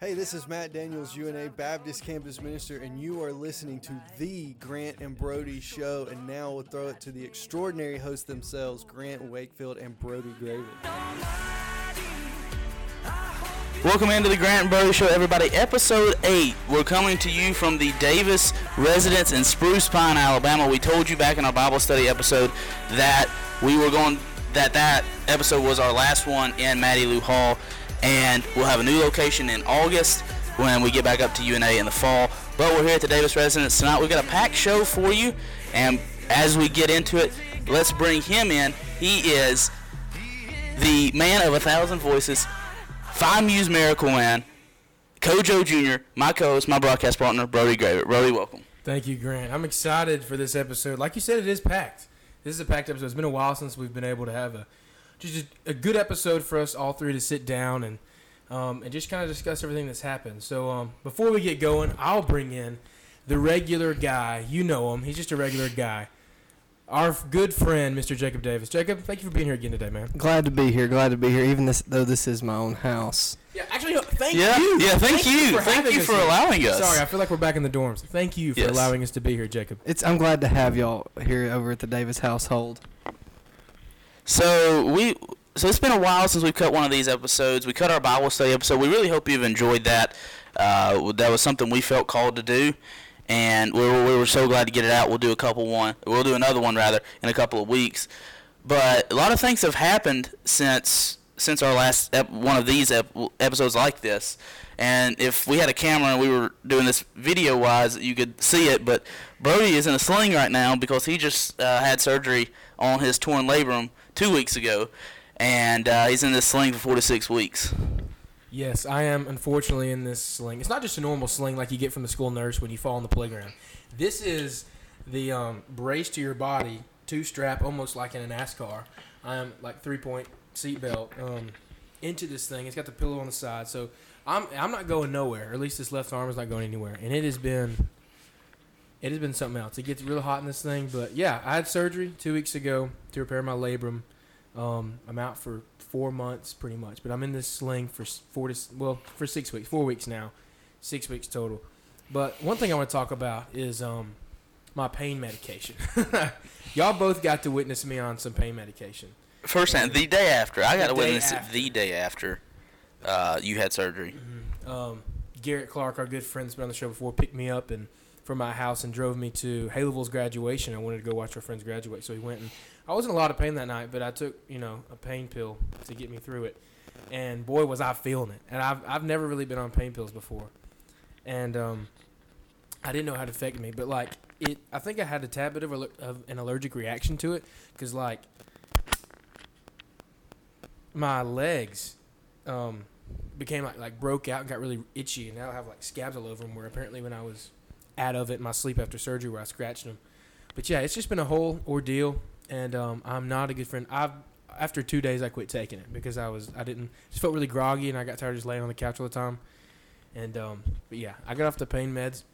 Hey, this is Matt Daniels, UNA Baptist Campus Minister, and you are listening to The Grant and Brody Show. And now we'll throw it to the extraordinary hosts themselves, Grant Wakefield and Brody Graven. Welcome into the Grant and Brody Show, everybody. Episode 8. We're coming to you from the Davis residence in Spruce Pine, Alabama. We told you back in our Bible study episode that we were going that that episode was our last one in Maddie Lou Hall, and we'll have a new location in August when we get back up to UNA in the fall. But we're here at the Davis residence tonight. We've got a packed show for you, and as we get into it, let's bring him in. He is the man of a thousand voices, Five Muse Miracle Man, Kojo Jr., my co-host, my broadcast partner, Brody Graver. Brody, welcome. Thank you, Grant. I'm excited for this episode. Like you said, it is packed. This is a packed episode. It's been a while since we've been able to have a just a, a good episode for us all three to sit down and um, and just kind of discuss everything that's happened. So um, before we get going, I'll bring in the regular guy. You know him. He's just a regular guy. Our f- good friend, Mr. Jacob Davis. Jacob, thank you for being here again today, man. Glad to be here. Glad to be here. Even this, though this is my own house. Yeah, actually, no, thank Yeah, you. yeah. Thank, you. Thank having you us for here. allowing us. Sorry, I feel like we're back in the dorms. Thank you for Yes. allowing us to be here, Jacob. It's. I'm glad to have y'all here over at the Davis household. So we so it's been a while since we've cut one of these episodes. We cut our Bible study episode. We really hope you've enjoyed that. Uh, that was something we felt called to do, and we were, we were so glad to get it out. We'll do a couple one. We'll do another one rather in a couple of weeks. But a lot of things have happened since since our last ep- one of these ep- episodes like this. And if we had a camera and we were doing this video wise, you could see it. But Brody is in a sling right now because he just uh, had surgery on his torn labrum two weeks ago, and uh, he's in this sling for four to six weeks. Yes, I am unfortunately in this sling. It's not just a normal sling like you get from the school nurse when you fall on the playground. This is the um, brace to your body, two strap, almost like in a NASCAR. I am like three point seatbelt um, into this thing. It's got the pillow on the side, so I'm I'm not going nowhere. Or at least this left arm is not going anywhere, and it has been it has been something else. It gets real hot in this thing, but yeah, I had surgery two weeks ago to repair my labrum. Um, I'm out for four months, pretty much, but I'm in this sling for s- four to s- well for six weeks, four weeks now, six weeks total. But one thing I want to talk about is um, my pain medication. Y'all both got to witness me on some pain medication. First hand, the day after, I got to The day witness it after. the day after uh, you had surgery. um, Garrett Clark, our good friend, has been on the show before, picked me up and from my house and drove me to Haleville's graduation. I wanted to go watch our friends graduate, so he went. And I was in a lot of pain that night, but I took you know a pain pill to get me through it, and boy was I feeling it. And I've I've never really been on pain pills before, and um, I didn't know how it affected me, but like it, I think I had a tad bit of, aller- of an allergic reaction to it because like my legs. Um, became like, like broke out and got really itchy and now I have like scabs all over them where apparently when I was out of it in my sleep after surgery where I scratched them. But yeah, it's just been a whole ordeal and um, I'm not a good friend. I've after two days I quit taking it because I was I didn't just felt really groggy and I got tired of just laying on the couch all the time. And um, but yeah, I got off the pain meds.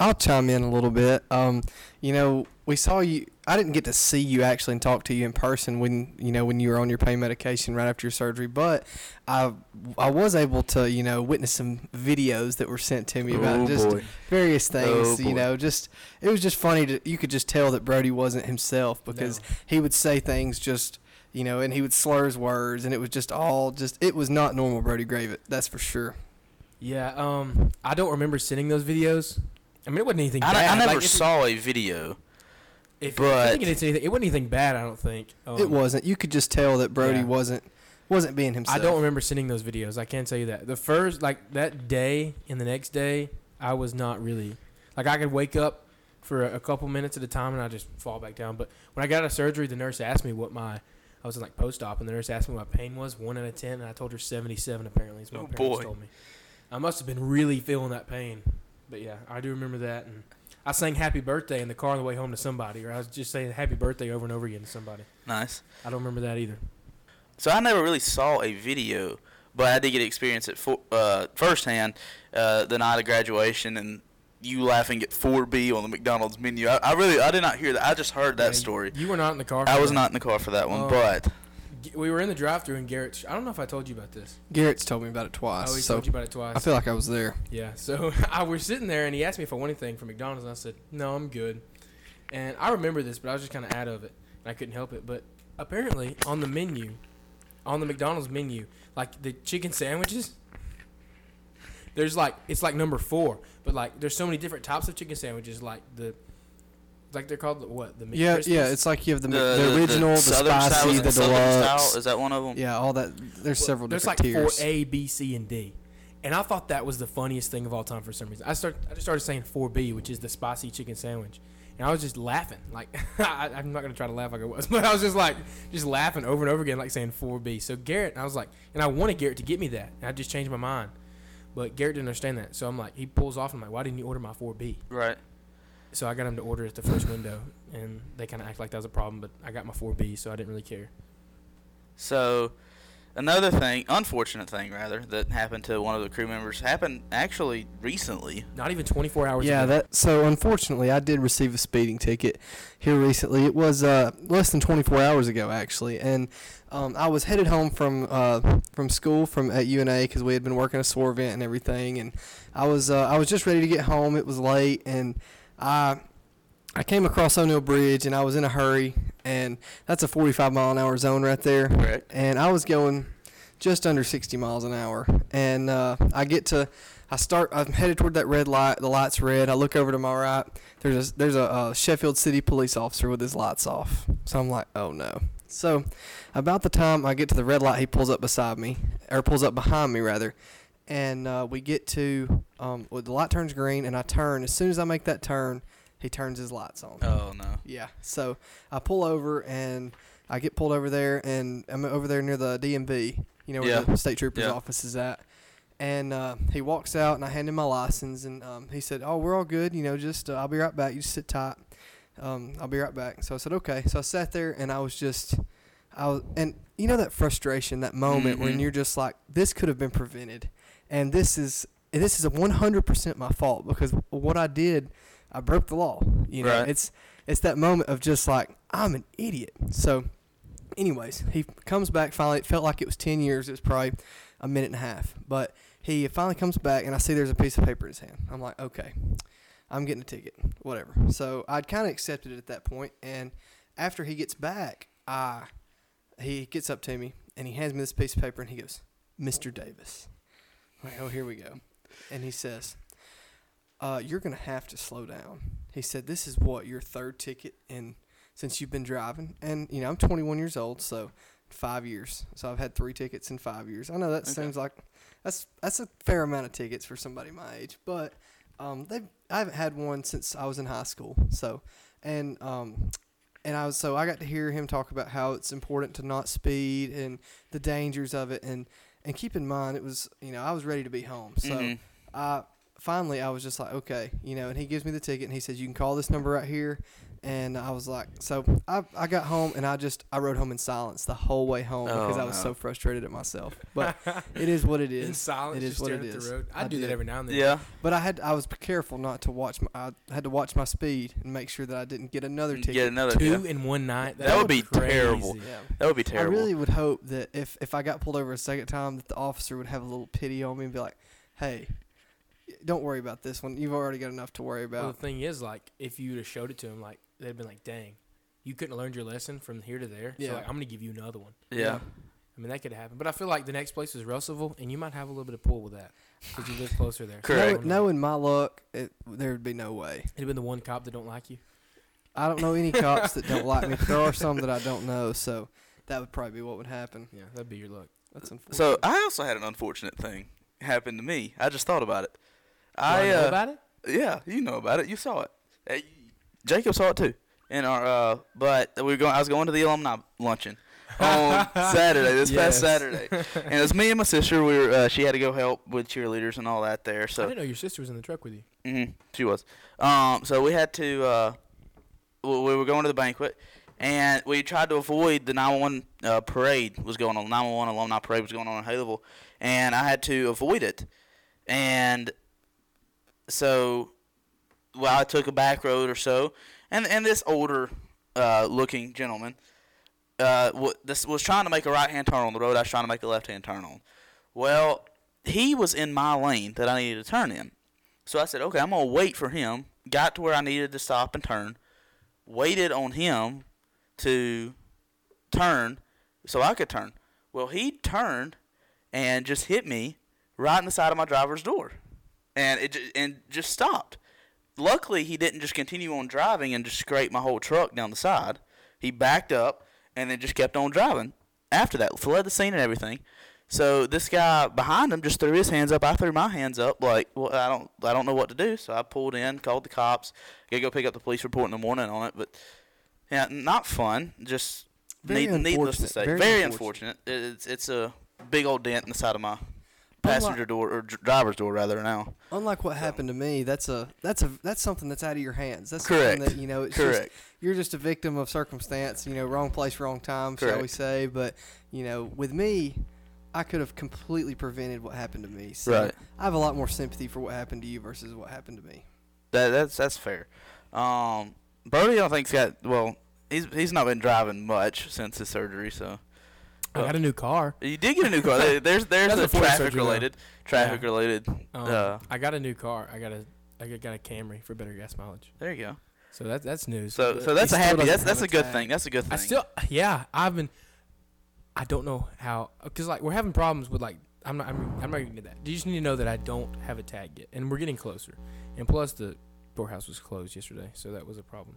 I'll chime in a little bit. Um, you know, we saw you. I didn't get to see you actually and talk to you in person when you know when you were on your pain medication right after your surgery, but I I was able to you know witness some videos that were sent to me about Oh, just boy. various things. Oh, boy. you know, just it was just funny to you could just tell that Brody wasn't himself because No. he would say things just. You know, and he would slur his words, and it was just all just, it was not normal, Brody Gravett, that's for sure. Yeah, um, I don't remember sending those videos. I mean, it wasn't anything. I, bad. I never Like, if- saw a video. If, but- I think it's anything, it wasn't anything bad. I don't think um, It wasn't. You could just tell that Brody Yeah. wasn't wasn't being himself. I don't remember sending those videos. I can't tell you that. The first, like that day and the next day, I was not really like I could wake up for a, a couple minutes at a time and I just fall back down. But when I got out of surgery, the nurse asked me what my I was in like post op, and the nurse asked me what my pain was, one out of ten, and I told her seventy seven. Apparently, is what Oh, my parents boy. told me. I must have been really feeling that pain. But yeah, I do remember that, and I sang "Happy Birthday" in the car on the way home to somebody, or I was just saying "Happy Birthday" over and over again to somebody. Nice. I don't remember that either. So I never really saw a video, but I did get to experience it for, uh, firsthand uh, the night of graduation and you laughing at 4B on the McDonald's menu. I, I really I did not hear that. I just heard that Yeah, story. You were not in the car. I for was that. not in the car for that one, Oh. but G- We were in the drive-through and Garrett. I don't know if I told you about this. Garrett's told me about it twice. I always so Oh, told you about it twice. I feel like I was there. Yeah, so I was sitting there and he asked me if I want anything from McDonald's and I said, No, I'm good. And I remember this, but I was just kinda out of it and I couldn't help it. But apparently on the menu on the McDonald's menu, like the chicken sandwiches there's like it's like number four, but like there's so many different types of chicken sandwiches, like the like they're called the, what the Yeah, McCrispys? yeah. It's like you have the, the, the original, the, southern style, spicy, is it the southern deluxe. Style? Is that one of them? Yeah, all that. There's Well, several there's different like tiers. four A, B, C, and D, and I thought that was the funniest thing of all time for some reason. I start I just started saying four B, which is the spicy chicken sandwich, and I was just laughing like I, I'm not gonna try to laugh like I was, but I was just like just laughing over and over again like saying four B. So Garrett, I was like, and I wanted Garrett to get me that, and I just changed my mind, but Garrett didn't understand that, so I'm like, he pulls off and I'm like, why didn't you order my four B? Right. So I got him to order at the first window, and they kind of act like that was a problem, but I got my four B, so I didn't really care. So, another thing, unfortunate thing rather, that happened to one of the crew members happened actually recently. Not even 24 hours. Yeah, ago. that. So unfortunately, I did receive a speeding ticket here recently. It was uh, less than 24 hours ago, actually, and um, I was headed home from uh, from school from at UNA because we had been working a SOAR event and everything, and I was uh, I was just ready to get home. It was late, and I I came across O'Neill Bridge, and I was in a hurry, and that's a 45 mile an hour zone right there, Correct. and I was going just under 60 miles an hour, and uh, I get to I start. I'm headed toward that red light. The light's red. I look over to my right. There's a there's a uh, Sheffield City police officer with his lights off. So I'm like, oh no. So, about the time I get to the red light, he pulls up beside me, or pulls up behind me rather, and uh, we get to um, well, the light turns green, and I turn. As soon as I make that turn, he turns his lights on. Oh no. Yeah. So I pull over and I get pulled over there, and I'm over there near the DMV, you know, where Yeah. the state trooper's Yeah. office is at. And uh, he walks out, and I hand him my license, and um, he said, "Oh, we're all good. You know, just uh, I'll be right back. You just sit tight. Um, I'll be right back." So I said, "Okay." So I sat there, and I was just, I was, and you know that frustration, that moment when Mhm. you're just like, "This could have been prevented," and this is this is a 100% my fault because what I did, I broke the law. You know, Right. it's it's that moment of just like I'm an idiot. So, anyways, he comes back finally. It felt like it was ten years. It was probably a minute and a half, but he finally comes back, and I see there's a piece of paper in his hand. I'm like, okay, I'm getting a ticket, whatever. So I'd kind of accepted it at that point, and after he gets back, I he gets up to me and he hands me this piece of paper, and he goes, "Mr. Davis," I'm like, oh, here we go, and he says, uh, "You're gonna have to slow down." He said, "This is what your third ticket in since you've been driving, and you know I'm 21 years old, so five years. So I've had three tickets in five years. I know that Okay. seems like that's that's a fair amount of tickets for somebody my age, but um, they I haven't had one since I was in high school. So and um, and I was so I got to hear him talk about how it's important to not speed and the dangers of it, and and keep in mind it was you know I was ready to be home, so. Mhm. I finally I was just like, okay, you know, and he gives me the ticket and he says, You can call this number right here and I was like so I, I got home and I just I rode home in silence the whole way home because Oh, I was no. so frustrated at myself. But it is what it is. in silence, It is just what staring it at is. the road. I, I do did. that every now and then. Yeah. But I had I was careful not to watch my I had to watch my speed and make sure that I didn't get another ticket. Get another. Two yeah. in one night. That would be crazy. terrible. yeah. That would be I terrible. really would hope that if, if I got pulled over a second time, that the officer would have a little pity on me and be like, "Hey, don't worry about this one. You've already got enough to worry about." Well, the thing is, like, if you'd have showed it to him, like, they'd have been like, "Dang, you couldn't have learned your lesson from here to there." Yeah. So like, I'm gonna give you another one. yeah. I mean, that could happen. But I feel like the next place is Russellville, and you might have a little bit of pull with that because you live closer there. Correct. I don't know. Knowing my luck, it, there would be no way. It'd have been the one cop that don't like you. I don't know any cops that don't like me. There are some that I don't know, so that would probably be what would happen. Yeah, that'd be your luck. That's unfortunate. So I also had an unfortunate thing happen to me. I just thought about it. Do I know uh, about it. Yeah, you know about it. You saw it. Uh, Jacob saw it too. In our, uh, but we were going. I was going to the alumni luncheon on Saturday. This Yes. past Saturday, and it was me and my sister. We were. Uh, she had to go help with cheerleaders and all that there. I So didn't know your sister was in the truck with you. hmm she was. Um, so we had to. Uh, we we were going to the banquet, and we tried to avoid the 911 uh, parade was going on. 911 alumni parade was going on in Haleville, and I had to avoid it. And so, well, I took a back road or so, and and this older uh, looking gentleman uh, w- this was trying to make a right hand turn on the road. I was trying to make a left hand turn on. Well, he was in my lane that I needed to turn in. So I said, okay, I'm gonna wait for him. Got to where I needed to stop and turn. Waited on him to turn so I could turn. Well, he turned and just hit me right in the side of my driver's door, and it ju- and just stopped. Luckily, he didn't just continue on driving and just scrape my whole truck down the side. He backed up and then just kept on driving. After that, fled the scene and everything. So this guy behind him just threw his hands up. I threw my hands up, like, well, I don't, I don't know what to do. So I pulled in, called the cops. Gotta go pick up the police report in the morning on it. But yeah, not fun. Just Very need, needless to unfortunate. say, Very very, unfortunate. unfortunate. It- It's it's a big old dent in the side of my But what- passenger door or dr- driver's door rather now. Unlike what happened to me, that's a that's a that's something that's out of your hands. That's Correct. something that you know it's just Correct. you're just a victim of circumstance, you know, wrong place, wrong time, shall we Correct. say. But, you know, with me, I could have completely prevented what happened to me. So Right. I have a lot more sympathy for what happened to you versus what happened to me. That that's that's fair. Um, Brody, I don't think's got well. He's he's not been driving much since his surgery, so Oh. I got a new car. you did get a new car. There- There's there's That's the before the surgery, traffic related traffic Yeah. related. Um, uh, I got a new car. I got a I got- got a Camry for better gas mileage. there you go. So that that's news. So But so that's a still happy. doesn't That's have that's a a good tag. thing. That's a good thing. I still yeah. I've been. I don't know how because like we're having problems with like I'm not I'm, I'm not even gonna do that. You just need to know that I don't have a tag yet, and we're getting closer. And plus the courthouse was closed yesterday, so that was a problem.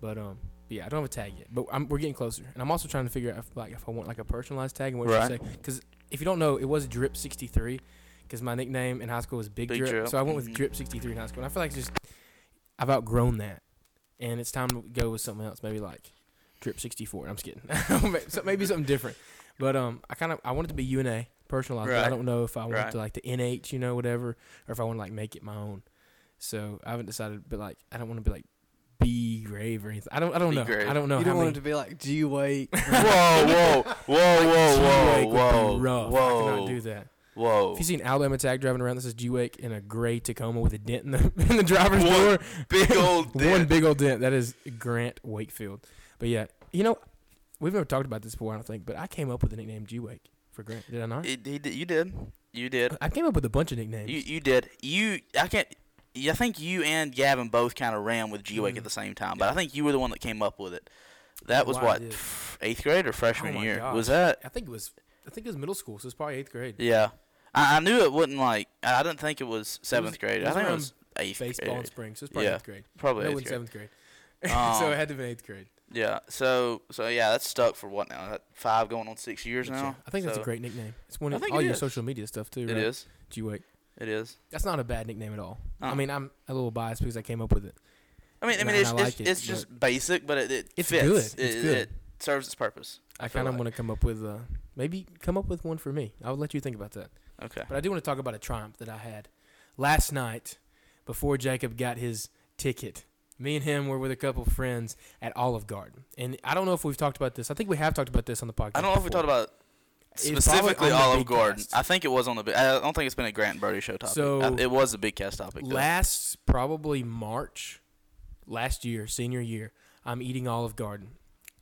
But um, yeah, I don't have a tag yet, but I'm, we're getting closer, and I'm also trying to figure out if, like if I want like a personalized tag and what Right. you say. Because if you don't know, it was Drip sixty three, because my nickname in high school was Big, Big Drip, Drip, so I went with mhm. Drip sixty three in high school, and I feel like just I've outgrown that, and it's time to go with something else, maybe like Drip sixty four. I'm just kidding, so maybe something different. But um, I kind of I want it to be UNA personalized. But I Right. don't know if I want Right. to like the NH, you know, whatever, or if I want to like make it my own. So I haven't decided, but like I don't want to be like B grave or anything. I don't. I don't B know. grave. I don't know you how don't want it many. to be like, G wait. whoa whoa whoa G-Wake whoa would be whoa whoa rough. I cannot do whoa that. whoa. If you see an Alabama tag driving around, this is G Wake in a gray Tacoma with a dent in the in the driver's One door. Big old One dent. big old dent. That is Grant Wakefield. But yeah, you know, we've never talked about this before. I don't think, but I came up with the nickname G Wake for Grant. Did I not? It- he did- You did. You did. I came up with a bunch of nicknames. You you did. You I can't. I think you and Gavin both kind of ran with G Mm. Wake at the same time, but I think you were the one that came up with it. That was Wow, I what did. Oh f- eighth grade or freshman my year was gosh. that? I think it was. I think it was middle school, so it's probably eighth grade. Yeah, I, I knew it wasn't like I didn't think it was seventh grade. it was I think it around was eighth Baseball in grade. spring, so it's probably Yeah, eighth grade. Probably no, it eighth was grade. seventh grade, so Um, it had to be eighth grade. Yeah. So so yeah, that's stuck for what now? That five going on six years But yeah, now. I think that's a So, great nickname. It's one I of think all it your is. social media stuff too. It right? is. G Wake. It is. That's not a bad nickname at all. I Uh-uh. mean, I'm a little biased because I came up with it. I mean, I And mean, I- it's and I it's, like it, it's but- just basic, but it, it It's fits. good, it's It, it- good. it serves its purpose. I feel kind of like- want to come up with uh, maybe come up with one for me. I'll let you think about that. Okay. But I do want to talk about a triumph that I had last night before Jacob got his ticket. Me and him were with a couple of friends at Olive Garden, and I don't know if we've talked about this. I think we have talked about this on the podcast. I don't know if we before. talked about It's probably specifically on the Olive big Garden. cast. I think it was on the. big I don't think it's been a Grant and Brody show topic. So, I- it was a big cast topic. though. last probably March, last year, senior year, I'm eating Olive Garden,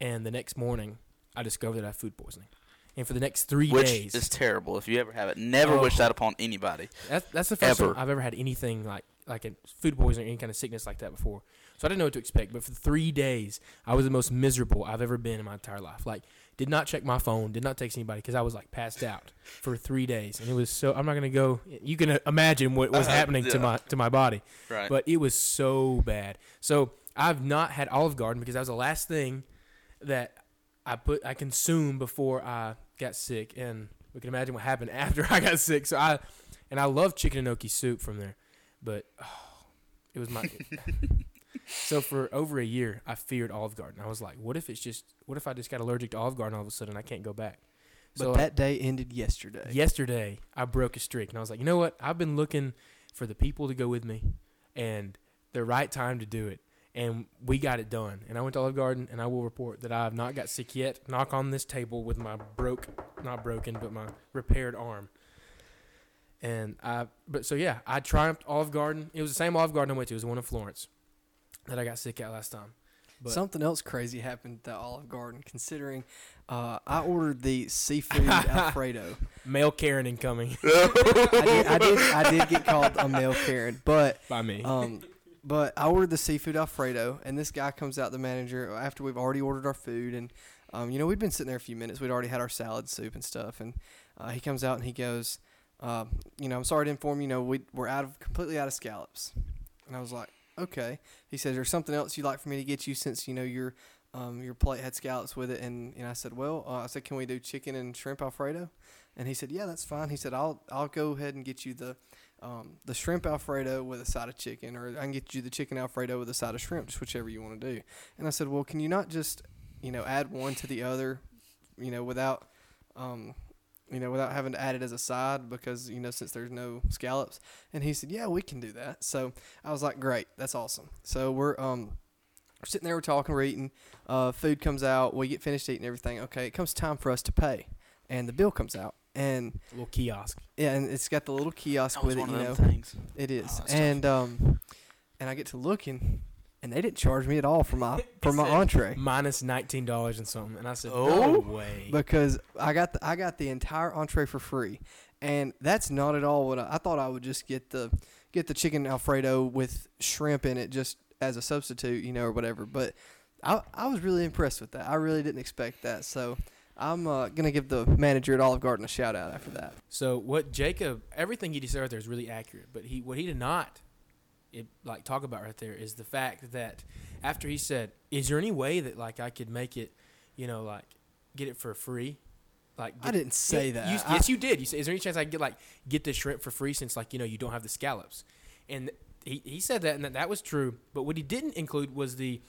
and the next morning I discover that I have food poisoning, and for the next three which days, is terrible. If you ever have it, never Oh. wish that upon anybody. that's, that's the first ever. time I've ever had anything like like a food poisoning or any kind of sickness like that before. So I didn't know what to expect. But for three days, I was the most miserable I've ever been in my entire life. Like, did not check my phone, did not text anybody because I was like passed out for three days, and it was so. I'm not gonna go. You can uh, imagine what was Uh, happening to yeah. my to my body. Right. But it was so bad. So I've not had Olive Garden because that was the last thing that I put I consumed before I got sick, and we can imagine what happened after I got sick. So I and I love chicken and gnocchi soup from there, but oh, it was my. so for over a year, I feared Olive Garden. I was like, what if it's just what if I just got allergic to Olive Garden all of a sudden? I can't go back. But So like, that day ended yesterday. yesterday I broke a streak and I was like, you know what? I've been looking for the people to go with me and the right time to do it. And we got it done. And I went to Olive Garden and I will report that I have not got sick yet. Knock on this table with my broke not broken, but my repaired arm. And I but so yeah, I triumphed Olive Garden. It was the same Olive Garden I went to, it was the one in Florence that I got sick at last time. But Something else crazy happened at the Olive Garden. Considering, uh, I ordered the seafood Alfredo. male Karen incoming I did, I did, I did get called a male Karen, but by me. um, but I ordered the seafood Alfredo, and this guy comes out, the manager, after we've already ordered our food, and um, you know we'd been sitting there a few minutes, we'd already had our salad, soup, and stuff, and uh, he comes out and he goes, uh, you know, I'm sorry to inform you, you know we we're out of completely out of scallops, and I was like, okay. He says, there's something else you'd like for me to get you since you know your um, your plate had scallops with it, and, and I said, well, uh, I said, can we do chicken and shrimp Alfredo? And he said, yeah, that's fine. He said, I'll I'll go ahead and get you the um, the shrimp alfredo with a side of chicken, or I can get you the chicken alfredo with a side of shrimp, just whichever you want to do. And I said, well, can you not just, you know, add one to the other, you know, without, um, you know, without having to add it as a side because you know since there's no scallops. And he said, yeah, we can do that. So I was like, great, that's awesome. So we're um. We're sitting there, we're talking, we're eating. Uh, food comes out, we get finished eating everything. Okay, it comes time for us to pay, and the bill comes out, and little kiosk. yeah, and it's got the little kiosk That was with it, one you know. of them things. It Oh, that's is, tough. and um, and I get to looking, and they didn't charge me at all for my for my entree Minus nineteen dollars and something, and I said, Oh. "No way!" because I got the, I got the entire entree for free, and that's not at all what I, I thought I would just get the get the chicken alfredo with shrimp in it just as a substitute, you know, or whatever. But I I was really impressed with that. I really didn't expect that, so. I'm uh, gonna give the manager at Olive Garden a shout out after that. So what Jacob, everything he just said right there is really accurate. But he, what he did not, it, like talk about right there is the fact that after he said, "Is there any way that like I could make it, you know, like get it for free?" Like I didn't say Yeah, that. you- I- yes, you did. You said, "Is there any chance I could get like get this shrimp for free since like you know you don't have the scallops?" And he he said that, and that, that was true. But what he didn't include was the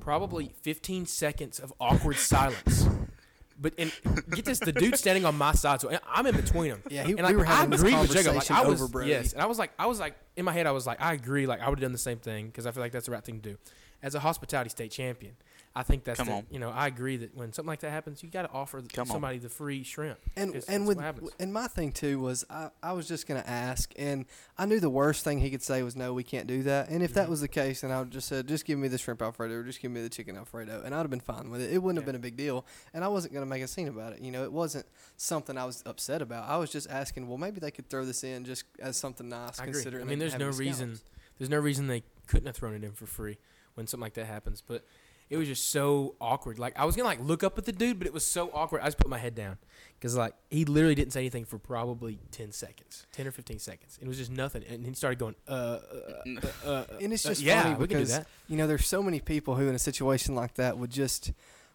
probably 15 seconds of awkward silence. But and get this, the dude standing on my side, so I'm in between them. Yeah, he- and we were having this agreed with Jacob, conversation I was, over Brody. Yes, and I was like, I was like, in my head, I was like, I agree. Like, I would have done the same thing because I feel like that's the right thing to do. As a hospitality state champion, I think that's Come the, on. you know I agree that when something like that happens, you got to offer the, Come on. somebody the free shrimp. And It's- and it's with what happens. and my thing too was I, I was just gonna ask, and I knew the worst thing he could say was no, we can't do that. And if Mm-hmm. that was the case, then I would just said, just give me the shrimp alfredo, or just give me the chicken alfredo, and I'd have been fine with it. It wouldn't have Yeah. been a big deal, and I wasn't gonna make a scene about it. You know, it wasn't something I was upset about. I was just asking, well, maybe they could throw this in just as something nice. I agree. considering I they mean, didn't have any there's no reason. scallops. There's no reason they couldn't have thrown it in for free when something like that happens. But it was just so awkward. Like I was gonna like look up at the dude, but it was so awkward. I just put my head down because like he literally didn't say anything for probably ten seconds, ten or fifteen seconds. It was just nothing, and he started going, uh, uh, uh, uh And it's uh, just yeah, funny we can do because that. you know there's so many people who in a situation like that would just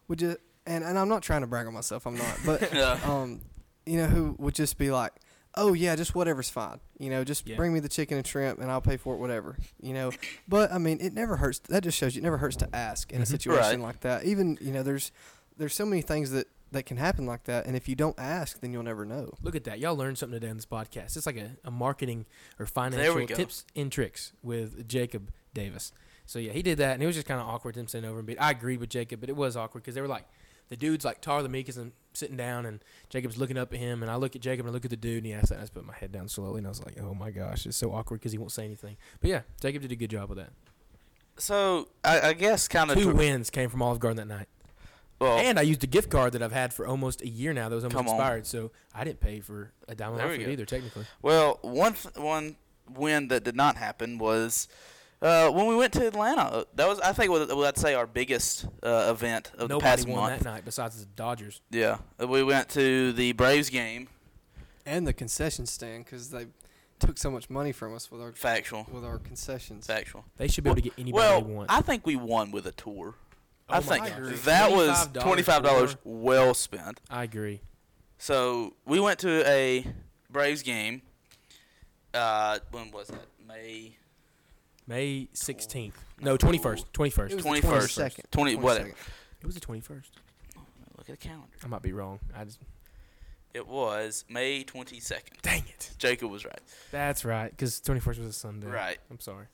would just and, and I'm not trying to brag on myself, I'm not, but Yeah. um, you know, who would just be like, "Oh yeah, just whatever's fine." You know, just Yeah. bring me the chicken and shrimp, and I'll pay for it, whatever. You know, but I mean, it never hurts. That just shows you it never hurts to ask Mm-hmm. in a situation like that. Even you know, there's there's so many things that that can happen like that, and if you don't ask, then you'll never know. Look at that. Y'all learned something today on this podcast. It's like a, a marketing or we financial go. tips and tricks with Jacob Davis. So, yeah, he did that, and it was just kind of awkward him sitting over and being. I agreed with Jacob, but it was awkward because they were like, the dude's like taller than me because I'm sitting down, and Jacob's looking up at him, and I look at Jacob and I look at the dude, and he asked that. and I just put my head down slowly, and I was like, oh my gosh, it's so awkward because he won't say anything. But yeah, Jacob did a good job with that. So I, I guess kind of Two wins came from Olive Garden that night. well, And I used a gift card that I've had for almost a year now that was almost Oh. Come on. expired, so I didn't pay for a dime of There my we food go. either, technically. Well, one th- one win that did not happen was uh, when we went to Atlanta. That was, I think, what what I'd say our biggest uh, event of the Nobody past won month. that night besides the Dodgers. Yeah, uh, we went to the Braves game. And the concession stand because they took so much money from us with our Factual, with our concessions. factual. They should be able to get anybody well, they want. I think we won with a tour. Oh I my think gosh. that was $25 twenty five dollars well spent. I agree. So we went to a Braves game. Uh, when was that? May May 16th. No, 21st. 21st. It was the 21st. 22nd, Twenty whatever. 22nd. It was the 21st. Look at the calendar. I might be wrong. I just It was May twenty second. Dang it. Jacob was right. That's right cuz 21st was a Sunday. Right. I'm sorry.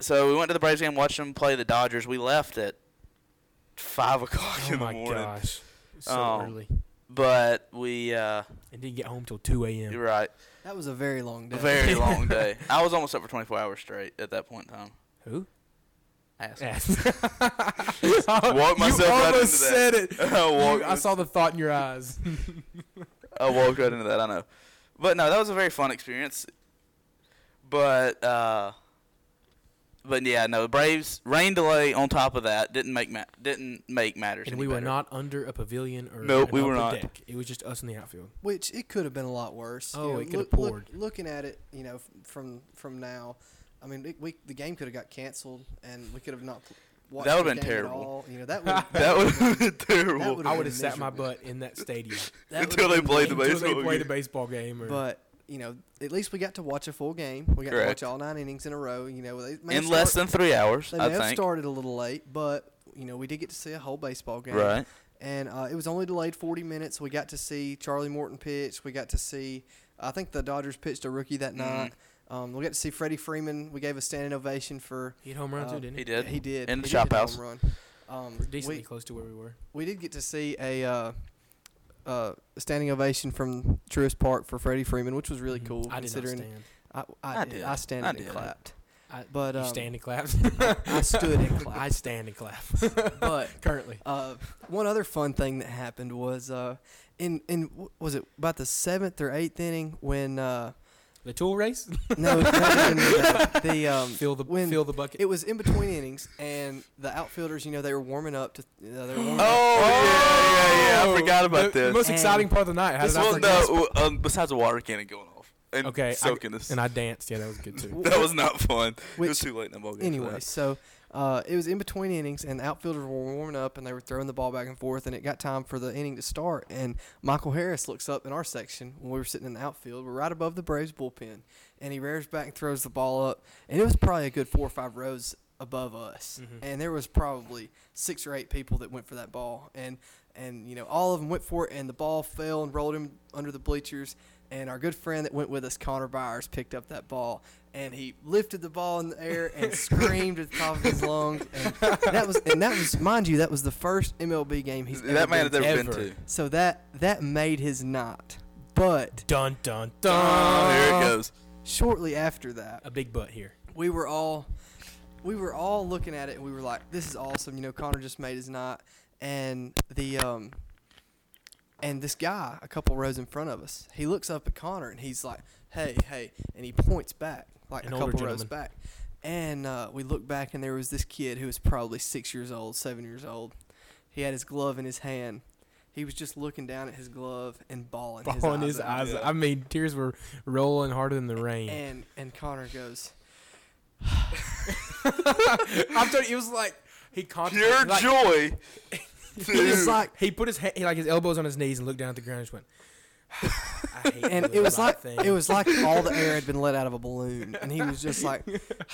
So we went to the Braves game, watched them play the Dodgers. We left at five o'clock Oh in the my morning. gosh. So Um, early. But we, uh, And didn't get home till 2 a.m. you're right, That was a very long day. a very long day. I was almost up for 24 hours straight at that point in time. Who? Ass. Yes. Walked myself you right almost into that. said it. I walked You- I saw the thought in your eyes. I walked right into that. I know, but no, that was a very fun experience. But uh, but yeah, no Braves rain delay on top of that didn't make ma- didn't make matters. and any we were better. not under a pavilion or Nope, an we were upper not. Deck. It was just us in the outfield. Which it could have been a lot worse. Oh, know, it could have look- look- poured. looking at it, you know, f- from from now, I mean, it, we the game could have got canceled, and we could have not. pl- Watched That the would've been game at terrible. all. You know that would. That would have been That terrible would've I been would have sat my miserable. butt in that stadium that until would've they been played the miserable. until they baseball. played a game. baseball game. Or, But you know, at least we got to watch a full game. We got Correct. to watch all nine innings in a row. You know, they may in have less start- than three hours. they I may have think started a little late, but you know, we did get to see a whole baseball game. right. and uh, it was only delayed 40 minutes. We got to see Charlie Morton pitch. We got to see, I think the Dodgers pitched a rookie that Mm-hmm. night. Um, we got to see Freddie Freeman. We gave a standing ovation for he hit home run Uh, too, didn't He he? did. he did In the he chop hit a house. home run. Um, We're decently we, close to where we were. we did get to see a uh, uh, standing ovation from Truist Park for Freddie Freeman, which was really Mhm. cool. I did not considering stand. I, I, I did. did. I standed I and did. clapped, I, but you um, stand and clap. I stood and clapped. I stand and clap. but Currently, Uh, one other fun thing that happened was uh, in in wh- was it about the seventh or eighth inning when uh, the tool race. no, no, no, no, no, no. the um, fill the when fill the bucket. it was in between innings and the outfielders you know they were warming up to uh, they were warming up. Oh, yeah, yeah, yeah. I forgot about the, Oh, The this. most And- exciting part of the night. How This did I well, forget? no. w- Um, besides the water cannon going off and Okay, I- soaking this, And I danced. Yeah, that was good too. that was not fun. it was Which- too late in the ball game. Anyway, so uh, it was in between innings, and the outfielders were warming up, and they were throwing the ball back and forth, and it got time for the inning to start. And Michael Harris looks up in our section when we were sitting in the outfield. We're right above the Braves bullpen, and he rears back and throws the ball up, and it was probably a good four or five rows above us, and there was probably six or eight people that went for that ball, and and you know all of them went for it, and the ball fell and rolled him under the bleachers. And our good friend that went with us, Connor Byers, picked up that ball and he lifted the ball in the air and screamed at the top of his lungs. And that was, and that was, mind you, that was the first MLB game he's ever that man has been ever to. been ever. to. So that that made his night. But Dun dun Oh, dun. there it goes. shortly after that, A big butt here. we were all we were all looking at it and we were like, "This is awesome!" You know, Connor just made his night, and the um, and this guy a couple rows in front of us, he looks up at Connor and he's like, "Hey, hey!" and he points back like An a older couple rows gentleman. back, and uh, we look back and there was this kid who was probably six years old, seven years old. He had his glove in his hand. He was just looking down at his glove and bawling, Falling his out. eyes. Yeah. I mean, tears were rolling harder than the rain. And and Connor goes, I'm telling you, it was like he contemplated. Pure like, E joy. He was Dude. like he put his he, like his elbows on his knees and looked down at the ground and just went. I hate and doing it was my like thing. it was like all the air had been let out of a balloon and he was just like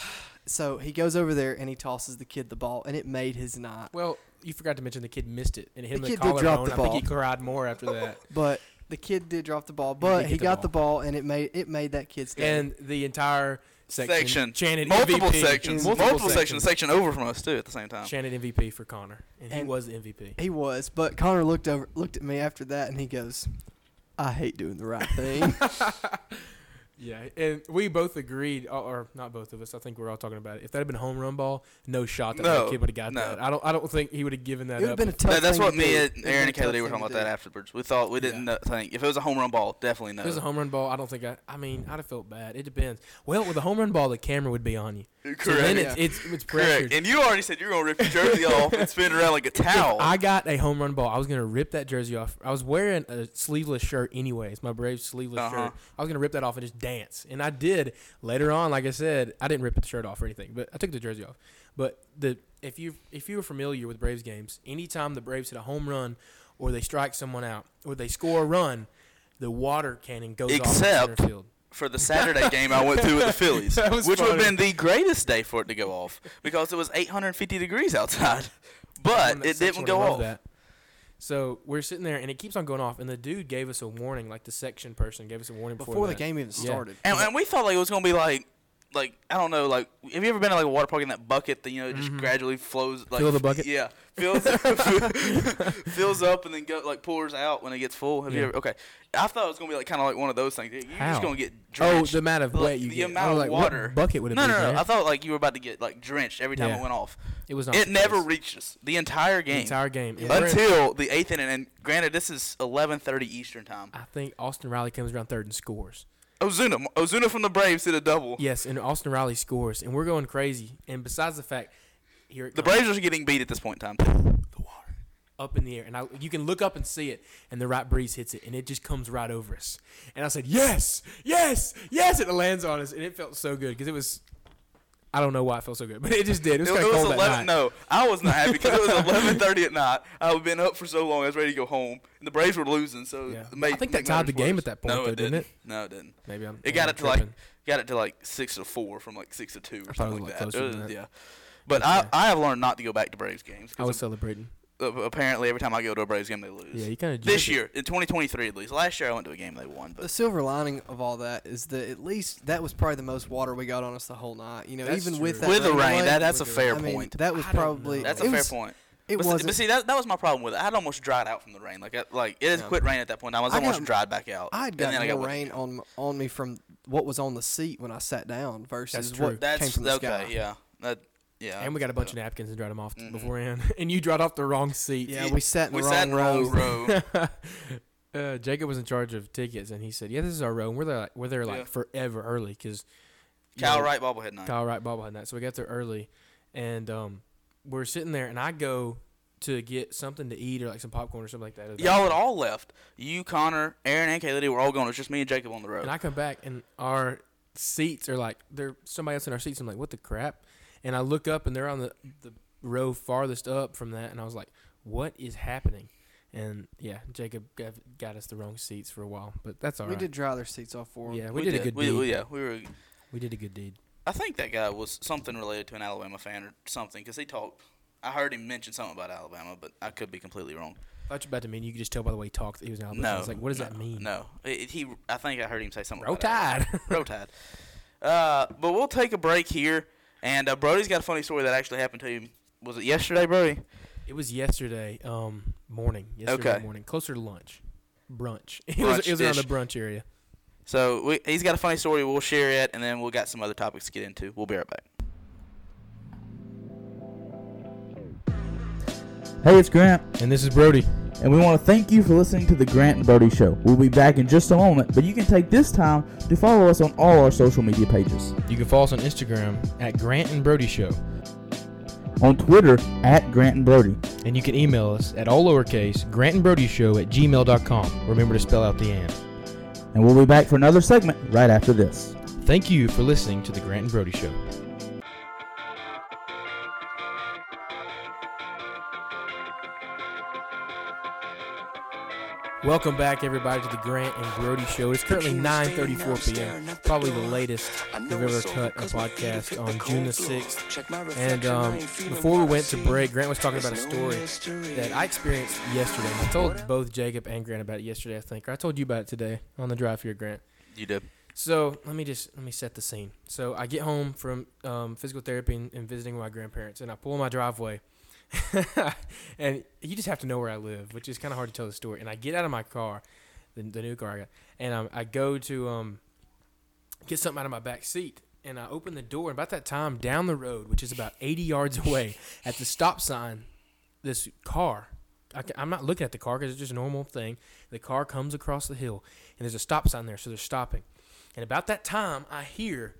so he goes over there and he tosses the kid the ball and it made his night Well, you forgot to mention the kid missed it and it hit The him in kid the did drop collarbone. the I think he ball. cried more after that. but the kid did drop the ball but get he the got ball. the ball and it made it made that kid's day and the entire section, section. chanted multiple MVP. sections. Multiple, sections. Section over from us too at the same time. chanted MVP for Connor, and, he And- was the MVP. he was but connor looked over looked at me after that and he goes i hate doing the right thing Yeah, and we both agreed, or- or not both of us. I think we were all talking about it. If that had been a home run ball, no shot that, No, that kid would have got no. that. I don't. I don't think he would have given it that would have up. been a tough That- that's thing what to me do. and It would've Aaron been a and Kelly tough they were thing talking to about that do. afterwards. We thought we didn't Yeah. know- think if it was a home run ball, definitely no. If it was a home run ball, I don't think I. I mean, I'd have felt bad. It depends. Well, with a home run ball, the camera would be on you. Correct. So then it's Yeah. it's, it's pressured. Correct. And you already said you were gonna rip your jersey off and spin it around like a towel. If I got a home run ball. I was gonna rip that jersey off. I was wearing a sleeveless shirt anyways, my Braves sleeveless Uh-huh. shirt. I was gonna rip that off and just dance, and I did. Later on, like I said, I didn't rip the shirt off or anything, but I took the jersey off. But the if you if you were familiar with Braves games, anytime the Braves hit a home run, or they strike someone out, or they score a run, the water cannon goes off in Except- center field. for the Saturday game I went to with the Phillies, That was which would have funny. been the greatest day for it to go off because it was 850 degrees outside, on but that it section didn't would go have off. loved So we're sitting there, and it keeps on going off. And the dude gave us a warning, like the section person gave us a warning before, before the that. game even Yeah. started And, and we thought like it was gonna be like like I don't know, like have you ever been to like a water park in that bucket that you know it just gradually flows like Mm-hmm. Fill the bucket? Yeah. Fills fills up and then go like pours out when it gets full. Have you Yeah. ever okay. I thought it was gonna be like kinda like one of those things. You're How? just gonna get Oh, drenched. the amount of Like, wet you the get. I amount was of like, what water. bucket would it no, be, No, no, man? I thought like you were about to get like drenched every time Yeah. it went off. It was not. It the never case. reached us the entire the game. entire game. And Brent- until the eighth inning, and granted, this is eleven thirty Eastern time. I think Austin Riley comes around third and scores. Ozuna, Ozuna from the Braves did a double. Yes, and Austin Riley scores, and we're going crazy. And besides the fact, here it The comes, Braves are getting beat at this point in time. Too. up in the air, and I, you can look up and see it, and the right breeze hits it, and it just comes right over us. And I said, "Yes, yes, yes!" and It lands on us, and it felt so good because it was. I don't know why it felt so good, but it just did. It was It, kind it of was cold eleven. that night. No, I was not happy because it was eleven thirty at night. I've been up for so long. I was ready to go home, and the Braves were losing. So Yeah. it made, I think that made tied the matters game worse. at that point, No, though, it didn't it? No, it didn't. Maybe I'm. It got I'm it to like tripping. got it to like six to four from like six to two or thought it something like was a that. lot closer than Uh, that. Yeah, but I, I have learned not to go back to Braves games. 'cause I was celebrating. ap- apparently every time I go to a Braves game they lose. Yeah, you kind of. this year in 2023 at least. Last year I went to a game they won, The but silver lining of all that is that at least that was probably the most water we got on us the whole night. You know, That's even true. with that with the rain rain, delay, that, that's a with the- fair I mean, point. That was I don't probably know. that's it a fair was- point. It But, wasn't. see, but see, that that was my problem with it. I had almost dried out from the rain. Like I, like it had Yeah. quit rain at that point. I was I almost got- dried back out. I had And then gotten I got more wet. rain on on me from what was on the seat when I sat down versus That's true. what That's came from the okay. sky. Yeah. That yeah. and we got a bunch of napkins and dried them off Mm-hmm. beforehand, and you dried off the wrong seat. Yeah, we sat in we the sat wrong in row rows. row. uh, Jacob was in charge of tickets, and he said, "Yeah, this is our row, and we're there, like, we're there like Yeah. forever early because Kyle Wright bobblehead night. Kyle Wright, Bob had that. So we got there early, and um, we're sitting there, and I go to get something to eat or like some popcorn or something like that. Y'all had all left. You, Connor, Aaron, and Kaylee were all gone. It was just me and Jacob on the road. and I come back, and our seats are like there's somebody else in our seats. I'm like, what the crap? And I look up, and they're on the the row farthest up from that, and I was like, what is happening? And yeah, Jacob got, got us the wrong seats for a while, but that's all We right. did dry their seats off for 'em. yeah, we, did, a good we, deed. we- yeah, we were. We did a good deed. I think that guy was something related to an Alabama fan or something because he talked. I heard him mention something about Alabama, but I could be completely wrong. I thought you were about to mean you could just tell by the way he talked that he was an Alabama. No, I was like, what does no, that mean? No, It- he. I think I heard him say something. Roll about Alabama. Tide. Roll Tide. Uh, but we'll take a break here, and uh, Brody's got a funny story that actually happened to him. Was it yesterday, Brody? It was yesterday um, morning. Yesterday Okay. morning, closer to lunch, brunch. It was, it was around the Brunch-ish. brunch area. So we, he's got a funny story. We'll share it, and then we'll got some other topics to get into. We'll be right back. Hey, it's Grant, And this is Brody. and we want to thank you for listening to the Grant and Brody Show. We'll be back in just a moment, but you can take this time Um, to follow us on all our social media pages. You can follow us on Instagram at Grant and Brody Show, On Twitter, at Grant and Brody. and you can email us at all lowercase Grant and Brody Show at gmail.com. Remember to spell out the and. And we'll be back for another segment right after this. Thank you for listening to the Grant and Brody Show. Welcome back, everybody, to the Grant and Brody Show. It's currently 9:34 p.m. Probably the latest we've ever cut a podcast on June the 6th. And um, before we went to break, Grant was talking about a story that I experienced yesterday. I told both Jacob and Grant about it yesterday, I think, or I told you about it today on the drive here, Grant. You did. So let me just let me set the scene. So I get home from um, physical therapy and, and visiting my grandparents, and I pull in my driveway, and you just have to know where I live, which is kind of hard to tell the story. And I get out of my car, the, the new car I got, and um, I go to um, get something out of my back seat, and I open the door. And about that time, down the road, which is about 80 yards away, at the stop sign, this car. I, am not looking at the car because it's just a normal thing. The car comes across the hill, and there's a stop sign there, so they're stopping. And about that time, I hear.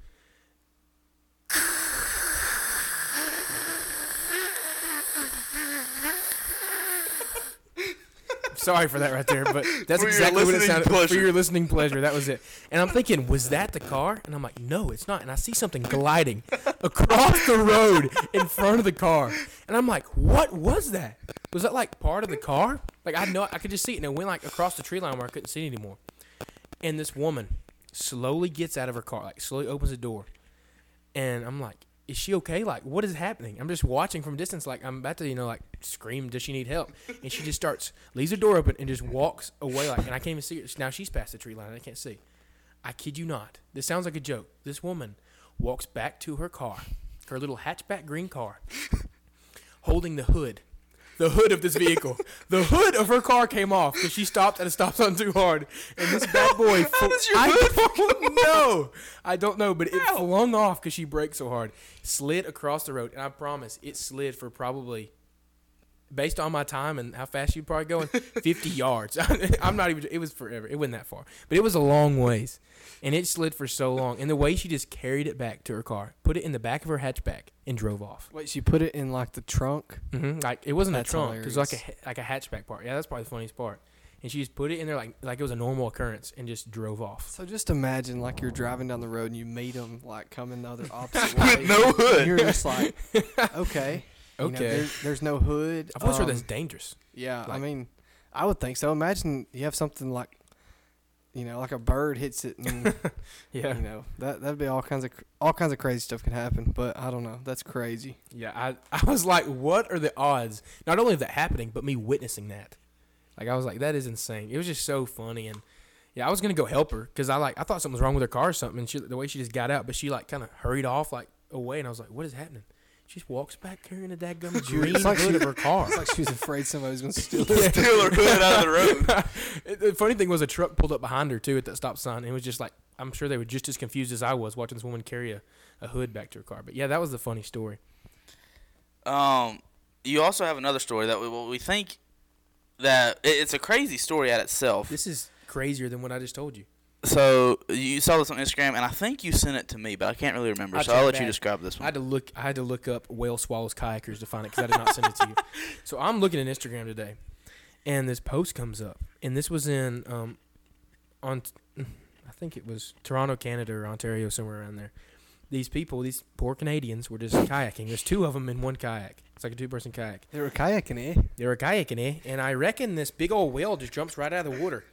Sorry for that right there, but that's For your exactly what it listening sounded for pleasure. your listening pleasure. That was it. And I'm thinking, was that the car? And I'm like, no, it's not. And I see something gliding across the road in front of the car, and I'm like, what was that? Was that like part of the car? Like I know I could just see it, and it went like across the tree line where I couldn't see it anymore. And this woman slowly gets out of her car, like slowly opens the door. And I'm like, is she okay? Like, what is happening? I'm just watching from distance, like I'm about to, you know, like scream, does she need help? And she just starts, leaves the door open and just walks away like and I can't even see her. Now she's past the tree line, I can't see. I kid you not. This sounds like a joke. This woman walks back to her car, her little hatchback green car, holding the hood. The hood of this vehicle. the hood of her car came off because she stopped at a stop sign too hard. And this bad boy. How does your I don't know. I don't know, but it flung off because she braked so hard. Slid across the road. And I promise it slid for probably based on my time and how fast you'd probably going, 50 yards. I'm not even, it was forever. It wasn't that far, but it was a long ways. And it slid for so long. And the way she just carried it back to her car, put it in the back of her hatchback, and drove off. Wait, she put it in like the trunk. hmm Like, it wasn't That's a trunk. It was like a, ha- like a hatchback part. Yeah, that's probably the funniest part. And she just put it in there like, like it was a normal occurrence and just drove off. So just imagine like you're driving down the road and you meet them like coming the other opposite way. With no hood. And You're just like, okay, you know, Okay. there's, there's no hood. I'm sure Um, that's dangerous. Yeah, I Like- mean, I would think so. Imagine you have something like, you know, like a bird hits it, and you know that that'd be all kinds of cr- all kinds of crazy stuff can happen. But I don't know. That's crazy. Yeah, I, I was like, what are the odds? Not only of that happening, but me witnessing that. Like I was like, that is insane. It was just so funny, and yeah, I was gonna go help her because I like I thought something was wrong with her car or something. And she, the way she just got out, but she like kind of hurried off like away, and I was like, what is happening? She just walks back carrying a daggum green It's like hood she- of her car. It's like she was afraid somebody was gonna steal her. Steal her hood out of the road. It- the funny thing was, a truck pulled up behind her too at that stop sign, and it was just like I'm sure they were just as confused as I was watching this woman carry a, a hood back to her car. But yeah, that was the funny story. Um, you also have another story that we, we think that it- it's a crazy story at itself. This is crazier than what I just told you. So you saw this on Instagram, and I think you sent it to me, but I can't really remember. I so I'll checked let you back. describe this I one. had to look. I had to look up whale swallows kayakers to find it because I did not send it to you. So I'm looking at Instagram today, and this post comes up, and this was in um, on I think it was Toronto, Canada, or Ontario, somewhere around there. These people, these poor Canadians, were just kayaking. There's two of them in one kayak. It's like a two-person kayak. They were kayaking, eh? They were kayaking, eh? And I reckon this big old whale just jumps right out of the water